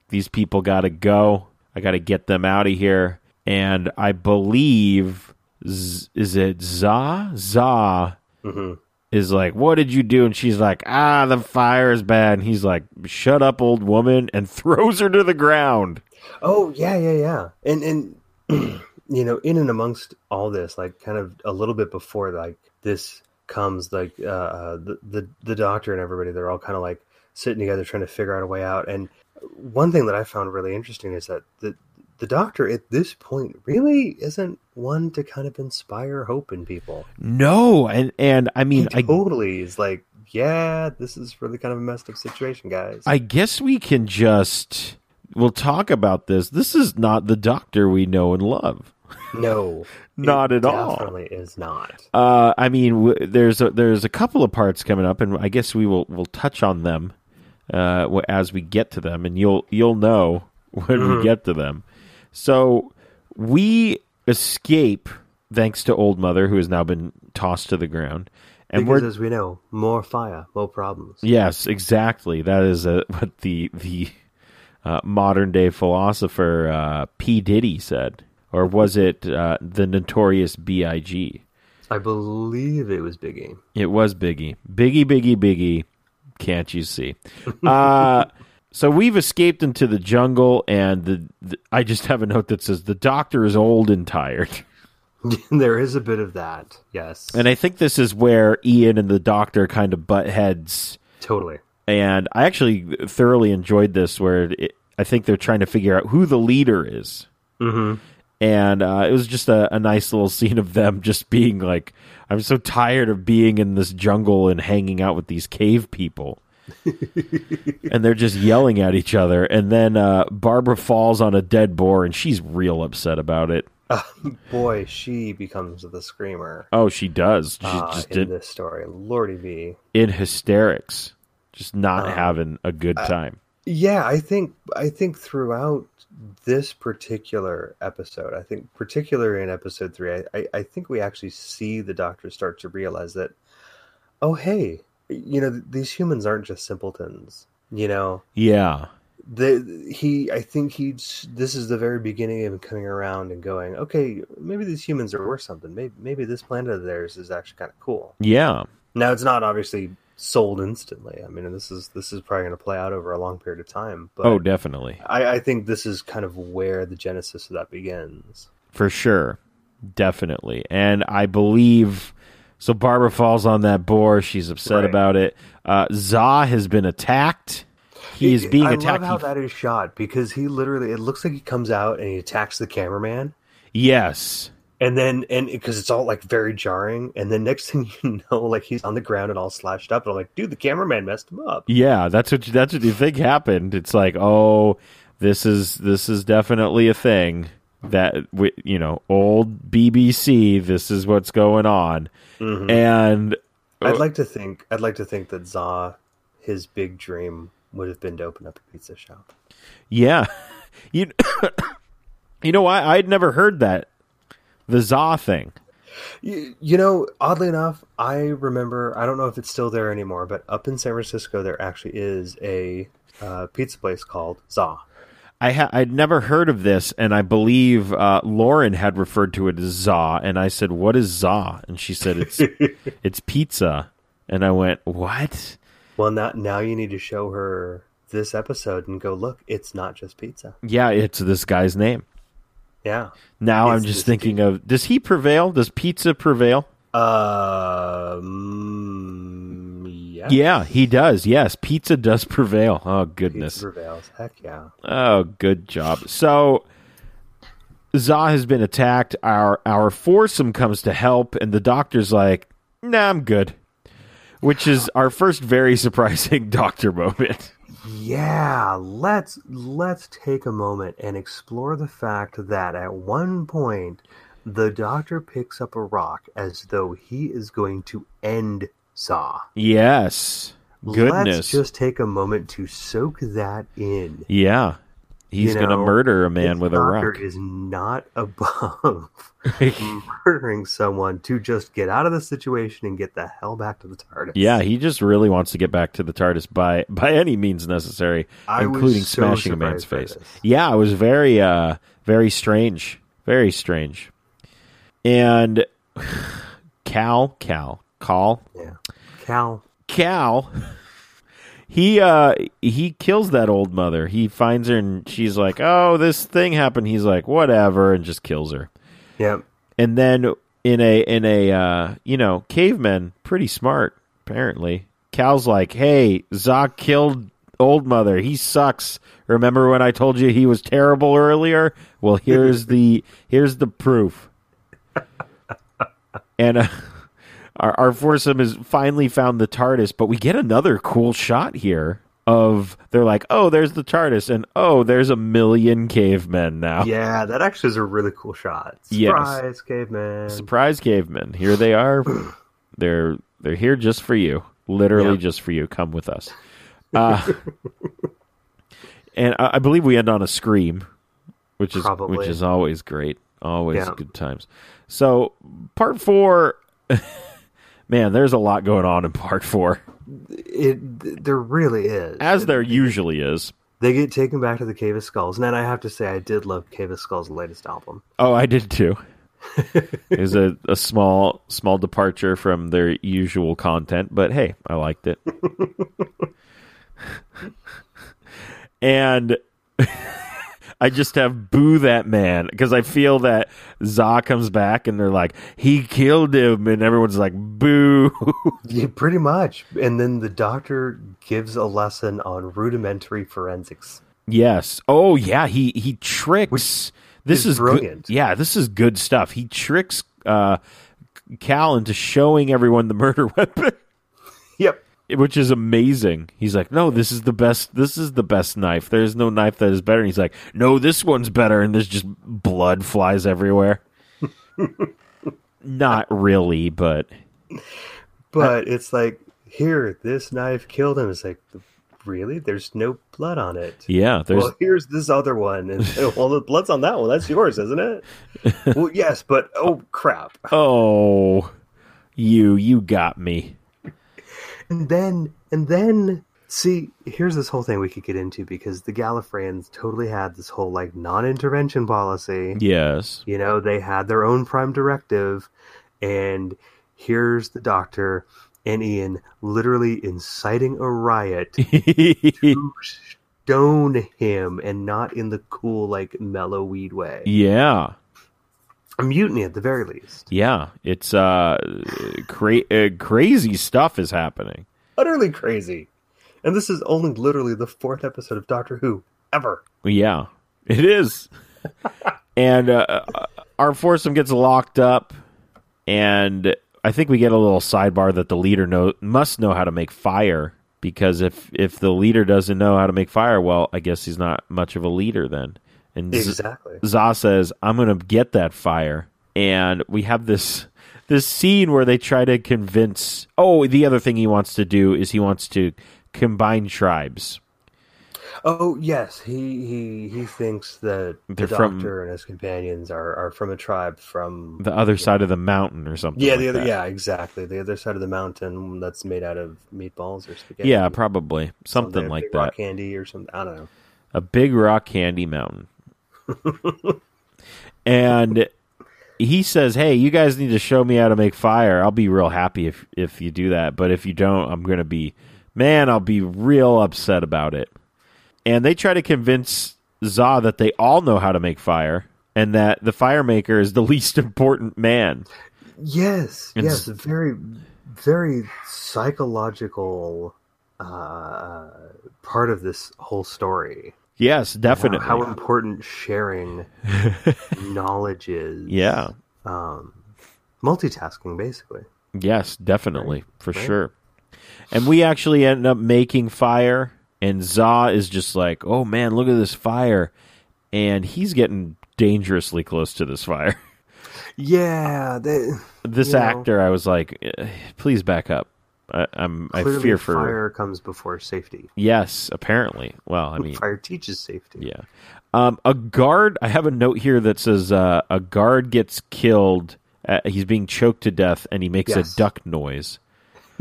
Speaker 2: These people got to go. I got to get them out of here. And I believe Z- is it Za Za
Speaker 3: hmm
Speaker 2: is like, "What did you do?" And she's like, "Ah, the fire is bad." And he's like, "Shut up, old woman," and <laughs> throws her to the ground.
Speaker 3: Oh yeah, yeah, yeah. And and <clears throat> you know, in and amongst all this, like kind of a little bit before, like this comes like uh, uh, the the the doctor and everybody. They're all kind of like sitting together trying to figure out a way out. And one thing that I found really interesting is that the the doctor at this point really isn't one to kind of inspire hope in people.
Speaker 2: No, and and I
Speaker 3: He
Speaker 2: mean, I
Speaker 3: totally is like, yeah, this is really kind of a messed up situation, guys.
Speaker 2: I guess we can just we'll talk about this. This is not the doctor we know and love.
Speaker 3: no,
Speaker 2: <laughs> Not
Speaker 3: it
Speaker 2: at all.
Speaker 3: Definitely is not.
Speaker 2: Uh, I mean, w- there's a, there's a couple of parts coming up, and I guess we will we'll touch on them uh, w- as we get to them, and you'll you'll know <laughs> when we get to them. So we escape thanks to old mother, who has now been tossed to the ground, and
Speaker 3: because
Speaker 2: we're
Speaker 3: as we know, more fire, more problems.
Speaker 2: Yes, exactly. That is uh <laughs> what the the uh, modern day philosopher uh, P Diddy said, or was it uh, the notorious B.I.G.
Speaker 3: I believe it was Big Game. <laughs>
Speaker 2: It was Biggie, Biggie, Biggie, Biggie. Can't you see? Uh, <laughs> so we've escaped into the jungle, and the, the I just have a note that says the doctor is old and tired.
Speaker 3: there is a bit of that. Yes,
Speaker 2: And I think this is where Ian and the doctor kind of butt heads.
Speaker 3: totally.
Speaker 2: and I actually thoroughly enjoyed this. Where it, I think they're trying to figure out who the leader is, mm-hmm. and uh, it was just a, a nice little <laughs> scene of them just being like, "I'm so tired of being in this jungle and hanging out with these cave
Speaker 3: <laughs>
Speaker 2: people." and they're just yelling at each other, and then uh, Barbara falls on a dead boar, and she's real upset about it.
Speaker 3: Uh, boy, she becomes the screamer
Speaker 2: Oh, she does. She
Speaker 3: uh,
Speaker 2: just
Speaker 3: in
Speaker 2: did
Speaker 3: this story. Lordy be.
Speaker 2: in hysterics, just not
Speaker 3: Um,
Speaker 2: having a good time.
Speaker 3: Yeah, I think I think throughout this particular episode, I think particularly in episode three, I, I, I think we actually see the doctor start to realize that, oh hey, you know th- these humans aren't just simpletons. You know,
Speaker 2: yeah,
Speaker 3: the he I think he's this is the very beginning of him coming around and going, okay, maybe these humans are worth something. Maybe maybe this planet of theirs is actually kind of cool.
Speaker 2: yeah,
Speaker 3: Now it's not obviously sold instantly. I mean, this is this is probably going to play out over a long period of time. But
Speaker 2: oh, definitely,
Speaker 3: I, I think this is kind of where the genesis of that begins.
Speaker 2: for sure, definitely. And I believe so. Barbara falls on that boar. She's upset
Speaker 3: Right.
Speaker 2: about it. Uh, Za has been attacked. He is
Speaker 3: It-
Speaker 2: being
Speaker 3: I
Speaker 2: attacked.
Speaker 3: love
Speaker 2: He-
Speaker 3: how that is shot because he literally it looks like he comes out and he attacks the cameraman.
Speaker 2: yes,
Speaker 3: And then, and because it's all like very jarring, and then next <laughs> thing you know, like he's on the ground and all slashed up, and I'm like, dude, the cameraman messed him up.
Speaker 2: yeah. That's what you, that's what you think happened. It's like, oh, this is this is definitely a thing that we, you know, old BBC. This is what's going on,
Speaker 3: Mhm.
Speaker 2: and
Speaker 3: I'd like to think, I'd like to think that Za, his big dream would have been to open up a pizza shop.
Speaker 2: Yeah. You <coughs> You know I I'd never heard that. The za thing.
Speaker 3: You, you know, oddly enough, I remember, I don't know if it's still there anymore, but up in San Francisco, there actually is a uh, pizza place called Za.
Speaker 2: I ha- I'd never heard of this and I believe uh, Lauren had referred to it as za and I said what is za and she said
Speaker 3: <laughs>
Speaker 2: it's it's pizza and I went what?
Speaker 3: Well, now, now you need to show her this episode and go, look, it's not just pizza.
Speaker 2: Yeah, it's this guy's name.
Speaker 3: Yeah.
Speaker 2: Now I'm
Speaker 3: It's
Speaker 2: just
Speaker 3: this
Speaker 2: thinking of does he prevail? Does pizza prevail?
Speaker 3: Um, yeah.
Speaker 2: Yeah, he does. Yes, pizza does <laughs> prevail. Oh goodness.
Speaker 3: Pizza prevails. Heck yeah.
Speaker 2: Oh, good job. So Za has been attacked. Our our foursome comes to help, and the doctor's like, "Nah, I'm good," which is our first very <laughs> surprising doctor moment.
Speaker 3: Yeah, let's let's take a moment and explore the fact that at one point the doctor picks up a rock as though he is going to end Saw.
Speaker 2: Yes,
Speaker 3: Let's
Speaker 2: goodness,
Speaker 3: just take a moment to soak that in.
Speaker 2: yeah. He's
Speaker 3: You
Speaker 2: gonna
Speaker 3: know,
Speaker 2: murder a man
Speaker 3: This
Speaker 2: with a
Speaker 3: doctor
Speaker 2: rock.
Speaker 3: is not <laughs> above
Speaker 2: <laughs>
Speaker 3: murdering someone to just get out of the situation and get the hell back to the TARDIS.
Speaker 2: yeah, he just really wants to get back to the TARDIS by <laughs> by any means necessary,
Speaker 3: I was
Speaker 2: including
Speaker 3: so
Speaker 2: smashing a man's
Speaker 3: surprised
Speaker 2: face.
Speaker 3: by this.
Speaker 2: Yeah, it was very uh very strange. Very strange. And <sighs> Cal, Cal, Cal,
Speaker 3: yeah. Cal.
Speaker 2: Cal <laughs> he uh he kills that old mother. He finds her and she's like, "Oh, this thing happened." He's like, "Whatever," and just kills her.
Speaker 3: Yeah.
Speaker 2: And then in a in a uh, you know, caveman, pretty smart apparently. Cal's like, "Hey, Zoc killed old mother. He sucks. Remember when I told you he was terrible earlier? Well, here's the here's the proof." and uh, our, our foursome has finally found the TARDIS, but we get another cool shot here of they're like, "Oh, there's the TARDIS," and "Oh, there's a million cavemen now."
Speaker 3: Yeah, that actually is a really cool shot.
Speaker 2: Oh. Yes.
Speaker 3: Surprise, caveman.
Speaker 2: surprise cavemen here they
Speaker 3: <clears throat>
Speaker 2: are they're they're here just for you literally
Speaker 3: Yep.
Speaker 2: just for you come with us uh, <laughs> and I, I believe we end on a scream which is which
Speaker 3: Probably.
Speaker 2: is always great always
Speaker 3: Yeah.
Speaker 2: good times so part four <laughs> man there's a lot going on in part four
Speaker 3: It th- there really is.
Speaker 2: as there usually is
Speaker 3: they get taken back to the Cave of Skulls, and then I have to say I did love Cave of Skulls' latest album.
Speaker 2: oh i did too it was a, a small small departure from their usual content but hey i liked it and <laughs> I just have boo that man because I feel that Za comes back and they're like he killed him and everyone's like boo. <laughs>
Speaker 3: Yeah, pretty much. And then the doctor gives a lesson on rudimentary forensics. <laughs>
Speaker 2: yes. Oh yeah. He he tricks. this
Speaker 3: is
Speaker 2: is, good-
Speaker 3: brilliant.
Speaker 2: Yeah. This is good stuff. He tricks uh, Cal into showing everyone the murder <laughs> weapon.
Speaker 3: Yep.
Speaker 2: which is amazing. He's like, "No, this is the best. This is the best knife. There's no knife that is better." And he's like, "No, this one's better." And there's just blood flies everywhere. <laughs> Not really, but Uh,
Speaker 3: But it's like, here, this knife killed him. It's like, really? There's no blood on it.
Speaker 2: yeah, there's
Speaker 3: Well, here's this other one. And <laughs> well, the blood's on that one. That's yours, isn't
Speaker 2: <laughs>
Speaker 3: it? well, yes, but oh crap.
Speaker 2: oh, you you got me.
Speaker 3: And then, and then, see, here's this whole thing we could get into because the Gallifreyans totally had this whole like non-intervention policy.
Speaker 2: Yes, <laughs>
Speaker 3: You know, they had their own prime directive, and here's the Doctor and Ian literally inciting
Speaker 2: <laughs>
Speaker 3: a riot to stone him, and not in the cool like mellow weed way.
Speaker 2: yeah.
Speaker 3: A mutiny at the very least.
Speaker 2: Yeah, it's uh, cra- uh crazy stuff is happening.
Speaker 3: Utterly crazy. And this is only literally the fourth episode of Doctor Who ever.
Speaker 2: Yeah, it is. <laughs> and uh, our foursome gets locked up, and I think we get a little sidebar that the leader know must know how to make fire because if if the leader doesn't know how to make fire, well, I guess he's not much of a leader then. And Z-
Speaker 3: Exactly.
Speaker 2: Za says, "I'm going to get that fire," and we have this this scene where they try to convince. Oh, the other thing he wants to do is he wants to combine tribes.
Speaker 3: Oh yes, he he he thinks that
Speaker 2: They're
Speaker 3: the
Speaker 2: from-
Speaker 3: Doctor and his companions are are from a tribe from
Speaker 2: The other side of the mountain, or something.
Speaker 3: Yeah,
Speaker 2: like
Speaker 3: the other
Speaker 2: that.
Speaker 3: yeah, exactly. The other side of the mountain that's made out of meatballs or spaghetti.
Speaker 2: yeah, probably something
Speaker 3: They're
Speaker 2: like
Speaker 3: big
Speaker 2: that.
Speaker 3: rock candy or something. I don't know.
Speaker 2: a big rock candy mountain. <laughs> and he says, "Hey, you guys need to show me how to make fire. I'll be real happy if if you do that, but if you don't, I'm going to be man, I'll be real upset about it." And they try to convince Za that they all know how to make fire and that the fire maker is the <laughs> least important man.
Speaker 3: Yes,
Speaker 2: It's-
Speaker 3: yes, very very psychological uh part of this whole story. Uh,
Speaker 2: Yes, definitely.
Speaker 3: How
Speaker 2: <laughs>
Speaker 3: important sharing knowledge is.
Speaker 2: yeah.
Speaker 3: Um multitasking basically.
Speaker 2: Yes, definitely, for sure. And we actually end up making fire, and Za is just like, "Oh man, look at this fire!" And he's getting dangerously close to this fire. <laughs>
Speaker 3: Yeah, they
Speaker 2: this
Speaker 3: You know.
Speaker 2: actor, I was like, "Eh, "Please back up." I, I'm, I
Speaker 3: clearly
Speaker 2: fear for.
Speaker 3: fire comes before safety.
Speaker 2: Yes, apparently. Well, I mean,
Speaker 3: Fire teaches safety.
Speaker 2: yeah. Um, a guard. I have a note here that says uh, a guard gets killed. Uh, he's being choked to death, and he makes
Speaker 3: Yes.
Speaker 2: a duck noise.
Speaker 3: <laughs>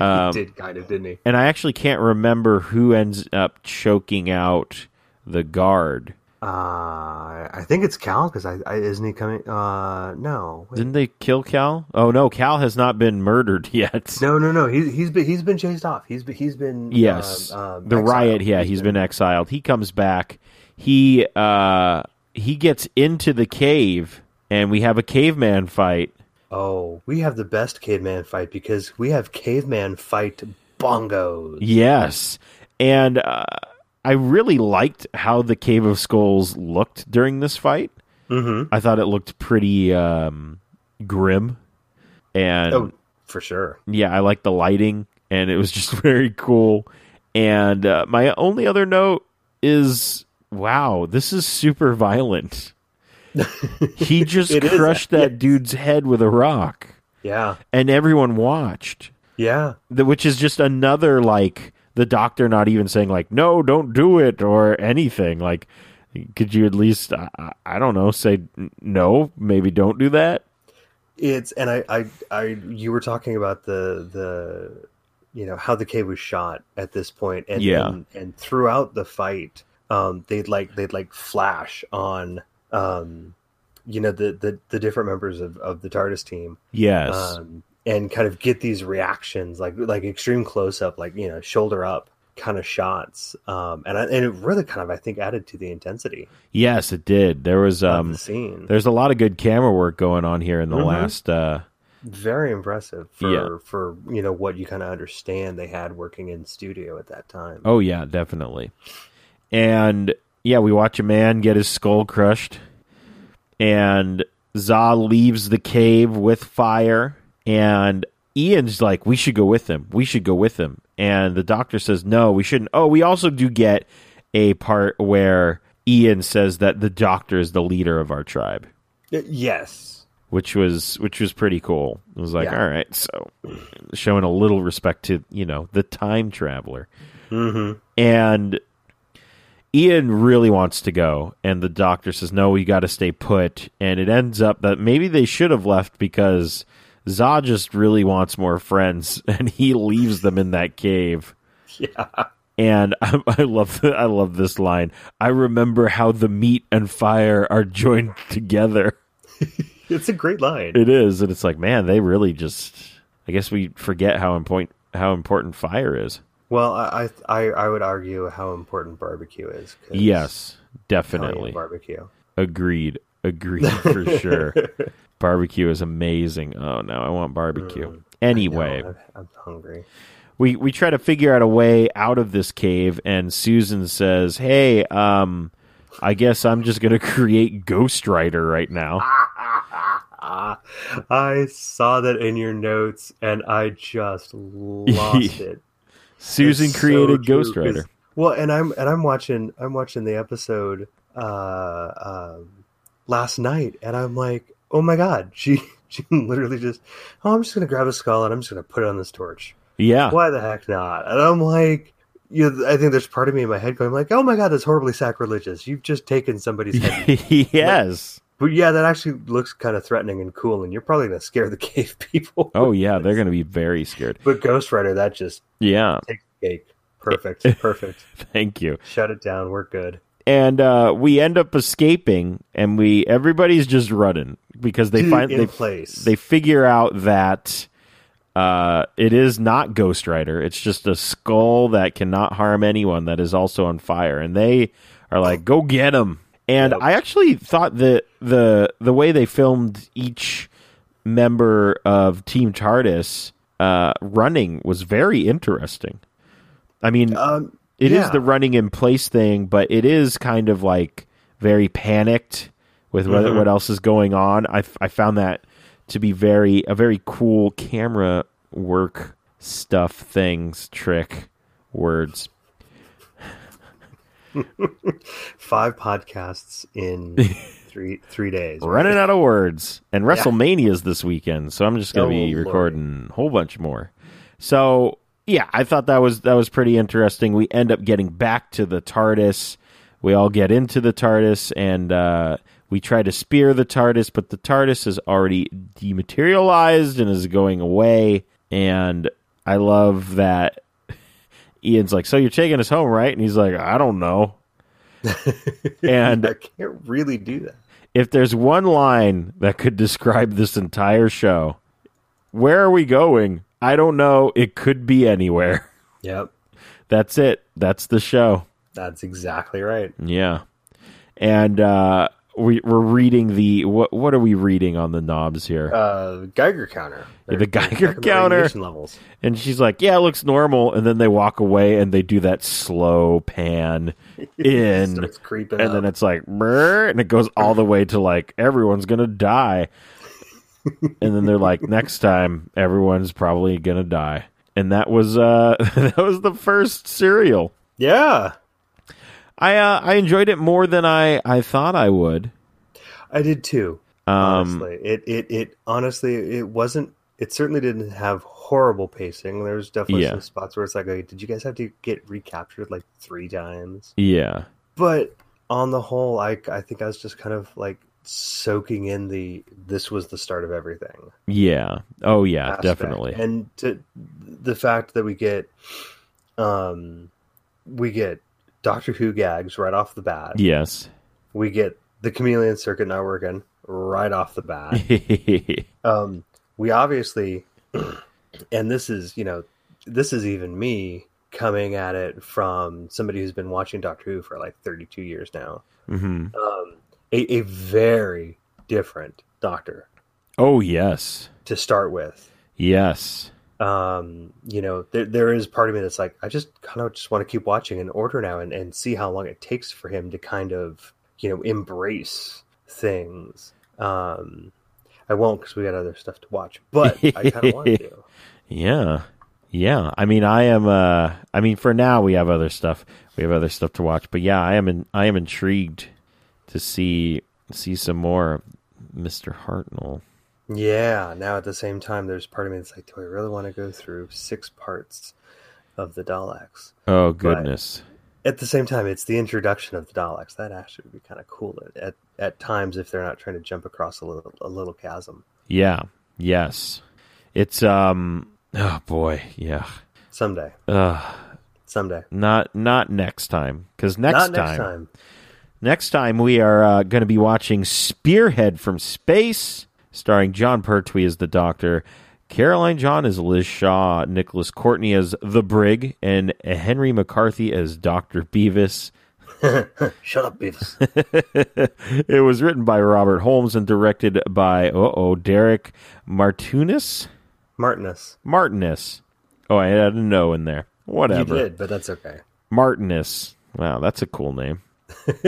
Speaker 2: um,
Speaker 3: he did kind of, didn't he?
Speaker 2: and I actually can't remember who ends up choking out the guard.
Speaker 3: Uh, I think it's Cal because I, I isn't he coming? Uh, no, wait.
Speaker 2: Didn't they kill Cal? Oh no, Cal has not been murdered <laughs> yet.
Speaker 3: no, no, no. He, he's been he's been chased off. He's been he's been
Speaker 2: Yes,
Speaker 3: um, um,
Speaker 2: the
Speaker 3: exiled.
Speaker 2: riot. Yeah, he's been exiled. He comes back. He uh he gets into the cave, and we have a caveman fight.
Speaker 3: Oh, we have the best caveman fight because we have caveman fight bongos.
Speaker 2: Yes, and uh, I really liked how the Cave of Skulls looked during this fight.
Speaker 3: Mm-hmm.
Speaker 2: I thought it looked pretty um, grim, and
Speaker 3: Oh, for sure.
Speaker 2: yeah, I like the lighting, and it was <laughs> just very cool. And uh, my only other note is, wow, this is super violent. he just
Speaker 3: <laughs> It is,
Speaker 2: crushed that dude's head with a rock,
Speaker 3: Yeah,
Speaker 2: and everyone watched.
Speaker 3: yeah.
Speaker 2: The, which is just another like the doctor not even saying like, no, don't do it or anything. Like, could you at least, I, I- I don't know, say "N- no, maybe don't do that.
Speaker 3: It's and I, I, I. You were talking about the the, you know how the cave was shot at this point, and
Speaker 2: Yeah.
Speaker 3: and, and throughout the fight, um, they'd like they'd like flash on, um, you know the the, the different members of of the TARDIS team,
Speaker 2: Yes.
Speaker 3: um, and kind of get these reactions like like extreme close up, like you know shoulder up kind of shots, um, and I, and it really kind of I think added to the intensity
Speaker 2: yes, it did. There was,
Speaker 3: of
Speaker 2: um,
Speaker 3: the scene.
Speaker 2: There's a lot of good camera work going on here in the
Speaker 3: Mhm.
Speaker 2: last. Uh,
Speaker 3: very impressive for
Speaker 2: Yeah.
Speaker 3: for you know what you kind of understand they had working in studio at that time.
Speaker 2: oh yeah, definitely. And yeah, we watch a man get his skull crushed, and Za leaves the cave with fire. And Ian's like, we should go with them. We should go with them. And the doctor says, no, we shouldn't. Oh, we also do get a part where Ian says that the doctor is the leader of our tribe,
Speaker 3: Y- Yes.
Speaker 2: which was which was pretty cool. It was like,
Speaker 3: Yeah.
Speaker 2: all right, so showing a little respect to you know the time traveler,
Speaker 3: Mm-hmm.
Speaker 2: and Ian really wants to go, and the doctor says, no, you got to stay put. And it ends up that maybe they should have left because. Zod just really wants more friends, <laughs> and he leaves them in that cave
Speaker 3: <laughs> Yeah.
Speaker 2: and <laughs> I, I love I love this line. I remember how the meat and fire are joined together.
Speaker 3: It's a great line.
Speaker 2: It is, and it's like, man, they really just. I guess we forget how important how important fire is.
Speaker 3: Well, I, I I- I would argue how important barbecue is. Oh, 'cause
Speaker 2: Yes,
Speaker 3: Italian
Speaker 2: definitely
Speaker 3: barbecue.
Speaker 2: agreed.
Speaker 3: <laughs>
Speaker 2: Agreed for sure. barbecue is amazing. Oh no, I want barbecue.
Speaker 3: Uh,
Speaker 2: anyway,
Speaker 3: No, I'm, I'm hungry. <laughs>
Speaker 2: we we try to figure out a way out of this cave and Susan says, "Hey, um I guess I'm just going to <laughs> create Ghost Rider right now."
Speaker 3: Ah, I saw that in your notes, and
Speaker 2: <laughs>
Speaker 3: I just lost it.
Speaker 2: Susan
Speaker 3: It's so
Speaker 2: created
Speaker 3: true,
Speaker 2: Ghost
Speaker 3: 'cause-
Speaker 2: Rider.
Speaker 3: Well, and I'm and I'm watching I'm watching the episode uh, um, last night, and I'm like, oh my god, she <laughs> she literally just, oh, I'm just gonna grab a skull and I'm just gonna put it on this torch.
Speaker 2: Yeah.
Speaker 3: Why the heck not? And I'm like. You know, I think there's part of me in my head going like, "Oh my god, that's horribly sacrilegious! You've just taken
Speaker 2: <laughs>
Speaker 3: somebody's head."
Speaker 2: <laughs> yes.
Speaker 3: but yeah, that actually looks kind of threatening and cool, and you're probably gonna scare the <laughs> cave people.
Speaker 2: Oh yeah, they're going to be very scared.
Speaker 3: But Ghost Rider, that just
Speaker 2: Yeah.
Speaker 3: takes the cake. Perfect,
Speaker 2: <laughs>
Speaker 3: perfect.
Speaker 2: Thank you.
Speaker 3: Shut it down. We're good.
Speaker 2: And uh, we end up escaping, and we everybody's just running because they
Speaker 3: Dude,
Speaker 2: find
Speaker 3: in
Speaker 2: they
Speaker 3: place.
Speaker 2: they figure out that uh, it is not Ghost Rider. It's just a skull that cannot harm anyone that is also on fire. And they are like, go get him. And I actually thought that the the way they filmed each member of Team TARDIS uh, running was very interesting. I mean,
Speaker 3: um,
Speaker 2: it is
Speaker 3: Yeah.
Speaker 2: the running in place thing, but it is kind of like very panicked with what, what else is going on. I, f- I found that to be very a very cool camera work stuff things trick words.
Speaker 3: five podcasts
Speaker 2: <laughs>
Speaker 3: in three three days.
Speaker 2: Running out of words, and WrestleMania is this weekend, so I'm just gonna
Speaker 3: Oh,
Speaker 2: be
Speaker 3: Lord.
Speaker 2: recording a whole bunch more. So yeah, I thought that was that was pretty interesting. We end up getting back to the TARDIS. We all get into the TARDIS, and uh, we try to spear the TARDIS, but the TARDIS is already dematerialized and is going away. And I love that <laughs> Ian's like, "So you're taking us home, right?" And he's like, "I don't
Speaker 3: <laughs>
Speaker 2: know." and
Speaker 3: I can't really do that.
Speaker 2: if there's one line that could describe this entire show, where are we going? I don't know. It could be anywhere. <laughs>
Speaker 3: Yep,
Speaker 2: That's it. That's the show.
Speaker 3: that's exactly right.
Speaker 2: Yeah. And uh, we, we're reading the what? What are we reading on the knobs here?
Speaker 3: Uh, Geiger counter.
Speaker 2: The
Speaker 3: They're-
Speaker 2: Geiger
Speaker 3: they're talking about
Speaker 2: counter. <laughs>
Speaker 3: radiation levels.
Speaker 2: and she's like, "Yeah, it looks normal." And then they walk away, and they do that slow pan in,
Speaker 3: Starts creeping.
Speaker 2: and then it's like "Brr," and it goes all the way to like everyone's gonna die and then they're like next time everyone's probably gonna die and that was uh <laughs> that was the first serial
Speaker 3: yeah,
Speaker 2: i uh, i enjoyed it more than i i thought i would
Speaker 3: I did too.
Speaker 2: um
Speaker 3: Honestly, it it it honestly it wasn't. It certainly didn't have horrible pacing. There was definitely
Speaker 2: Yeah.
Speaker 3: some spots where it's like, oh, did you guys have to get recaptured like three times?
Speaker 2: yeah
Speaker 3: but on the whole I, I think i was just kind of like soaking in the this was the start of everything
Speaker 2: yeah oh yeah
Speaker 3: aspect.
Speaker 2: definitely
Speaker 3: and to, the fact that we get um we get doctor who gags right off the bat
Speaker 2: yes
Speaker 3: we get the chameleon circuit not working right off
Speaker 2: <laughs>
Speaker 3: the bat um we obviously <clears throat> and this is you know this is even me coming at it from somebody who's been watching doctor who for like 32 years now
Speaker 2: hmm
Speaker 3: um, a, a very different doctor
Speaker 2: oh yes
Speaker 3: to start with.
Speaker 2: yes
Speaker 3: Um, you know, there, there is part of me that's like, I just kind of just want to keep watching and order now and, and see how long it takes for him to kind of, you know, embrace things. Um, I won't because we got other stuff to watch. But I kind of want to.
Speaker 2: Yeah. Yeah. I mean, I am uh I mean for now we have other stuff. We have other stuff to watch, but yeah, I am in, I am intrigued to see see some more of Mr. Hartnell.
Speaker 3: Yeah. Now at the same time, there's part of me that's like, do I really want to go through six parts of the Daleks?
Speaker 2: Oh goodness.
Speaker 3: At the same time, it's the introduction of the Daleks. That actually would be kind of cool at, at, at times if they're not trying to jump across a little a little chasm.
Speaker 2: Yeah. Yes. It's um oh boy. Yeah.
Speaker 3: Someday,
Speaker 2: Uh
Speaker 3: someday.
Speaker 2: not not next time cuz next,
Speaker 3: not next
Speaker 2: time,
Speaker 3: time.
Speaker 2: next time we are uh, going to be watching Spearhead from Space starring John Pertwee as the Doctor. Caroline John as Liz Shaw, Nicholas Courtney as the Brig, and Henry McCarthy as Dr. Beavis. <laughs>
Speaker 3: Shut up, Beavis.
Speaker 2: it was written by Robert Holmes and directed by uh oh Derek Martunis
Speaker 3: Martinus.
Speaker 2: Martinus. Oh, I had a no in there. Whatever.
Speaker 3: You did, but that's okay.
Speaker 2: Martinus. Wow, that's a cool name. <laughs>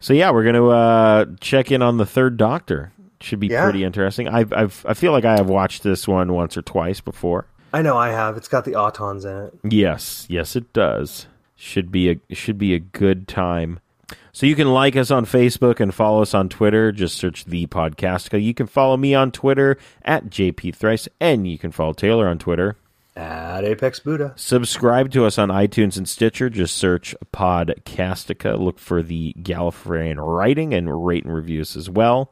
Speaker 2: so yeah, we're gonna uh, check in on the third Doctor. Should be
Speaker 3: Yeah.
Speaker 2: pretty interesting. I've, I've I feel like I have watched this one once or twice before.
Speaker 3: I know I have. It's got the Autons in it.
Speaker 2: Yes, yes, it does. Should be a should be a good time. So you can like us on Facebook and follow us on Twitter. Just search the Podcastica. You can follow me on Twitter at JP Thrice, and you can follow Taylor on Twitter
Speaker 3: At Apex Buddha.
Speaker 2: Subscribe to us on iTunes and Stitcher. Just search Podcastica. Look for the Gallifreyan writing and rate and reviews as well.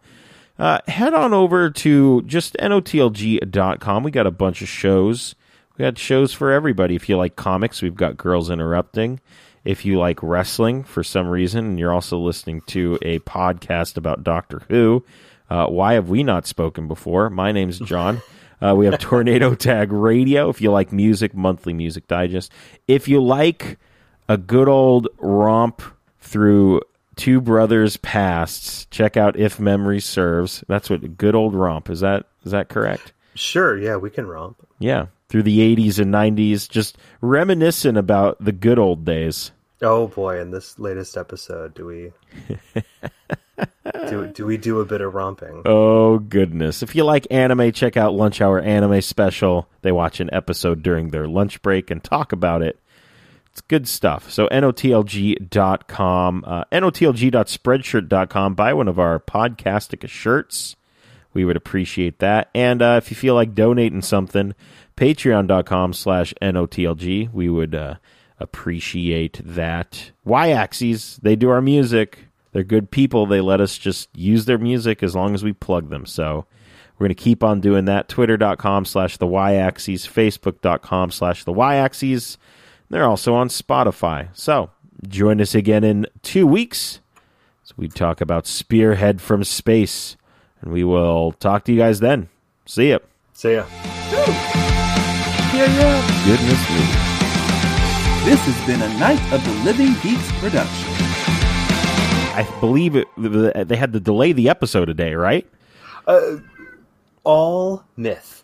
Speaker 2: Uh, head on over to just notlg.com. We got a bunch of shows. We got shows for everybody. If you like comics, we've got Girls Interrupting. If you like wrestling for some reason, and you're also listening to a podcast about Doctor Who, uh, why have we not spoken before? My name's John. Uh, we have Tornado <laughs> Tag Radio. If you like music, monthly music digest. If you like a good old romp through two brothers' pasts, check out If Memory Serves. That's what a good old romp is. That is that correct?
Speaker 3: Sure, yeah, we can romp.
Speaker 2: Yeah, through the '80s and '90s, just reminiscing about the good old days.
Speaker 3: Oh boy, in this latest episode,
Speaker 2: <laughs>
Speaker 3: do we do, do we do a bit of romping?
Speaker 2: Oh goodness! If you like anime, check out Lunch Hour Anime Special. They watch an episode during their lunch break and talk about it. It's good stuff. So notlg.com, uh, notlg.spreadshirt.com. Buy one of our Podcastica shirts. We would appreciate that. And uh, if you feel like donating something, patreon.com slash notlg. We would uh, appreciate that. Y-axes, they do our music. They're good people. They let us just use their music as long as we plug them. So we're going to keep on doing that. Twitter.com slash the Y-axes, Facebook.com slash the Y-axes. They're also on Spotify. So join us again in two weeks. So we talk about Spearhead from Space, and we will talk to you guys then. See ya.
Speaker 3: So yeah.
Speaker 2: Goodness me.
Speaker 1: This has been a Night of the Living Geeks production.
Speaker 2: I believe it, they had to delay the episode a day, right?
Speaker 3: All myth.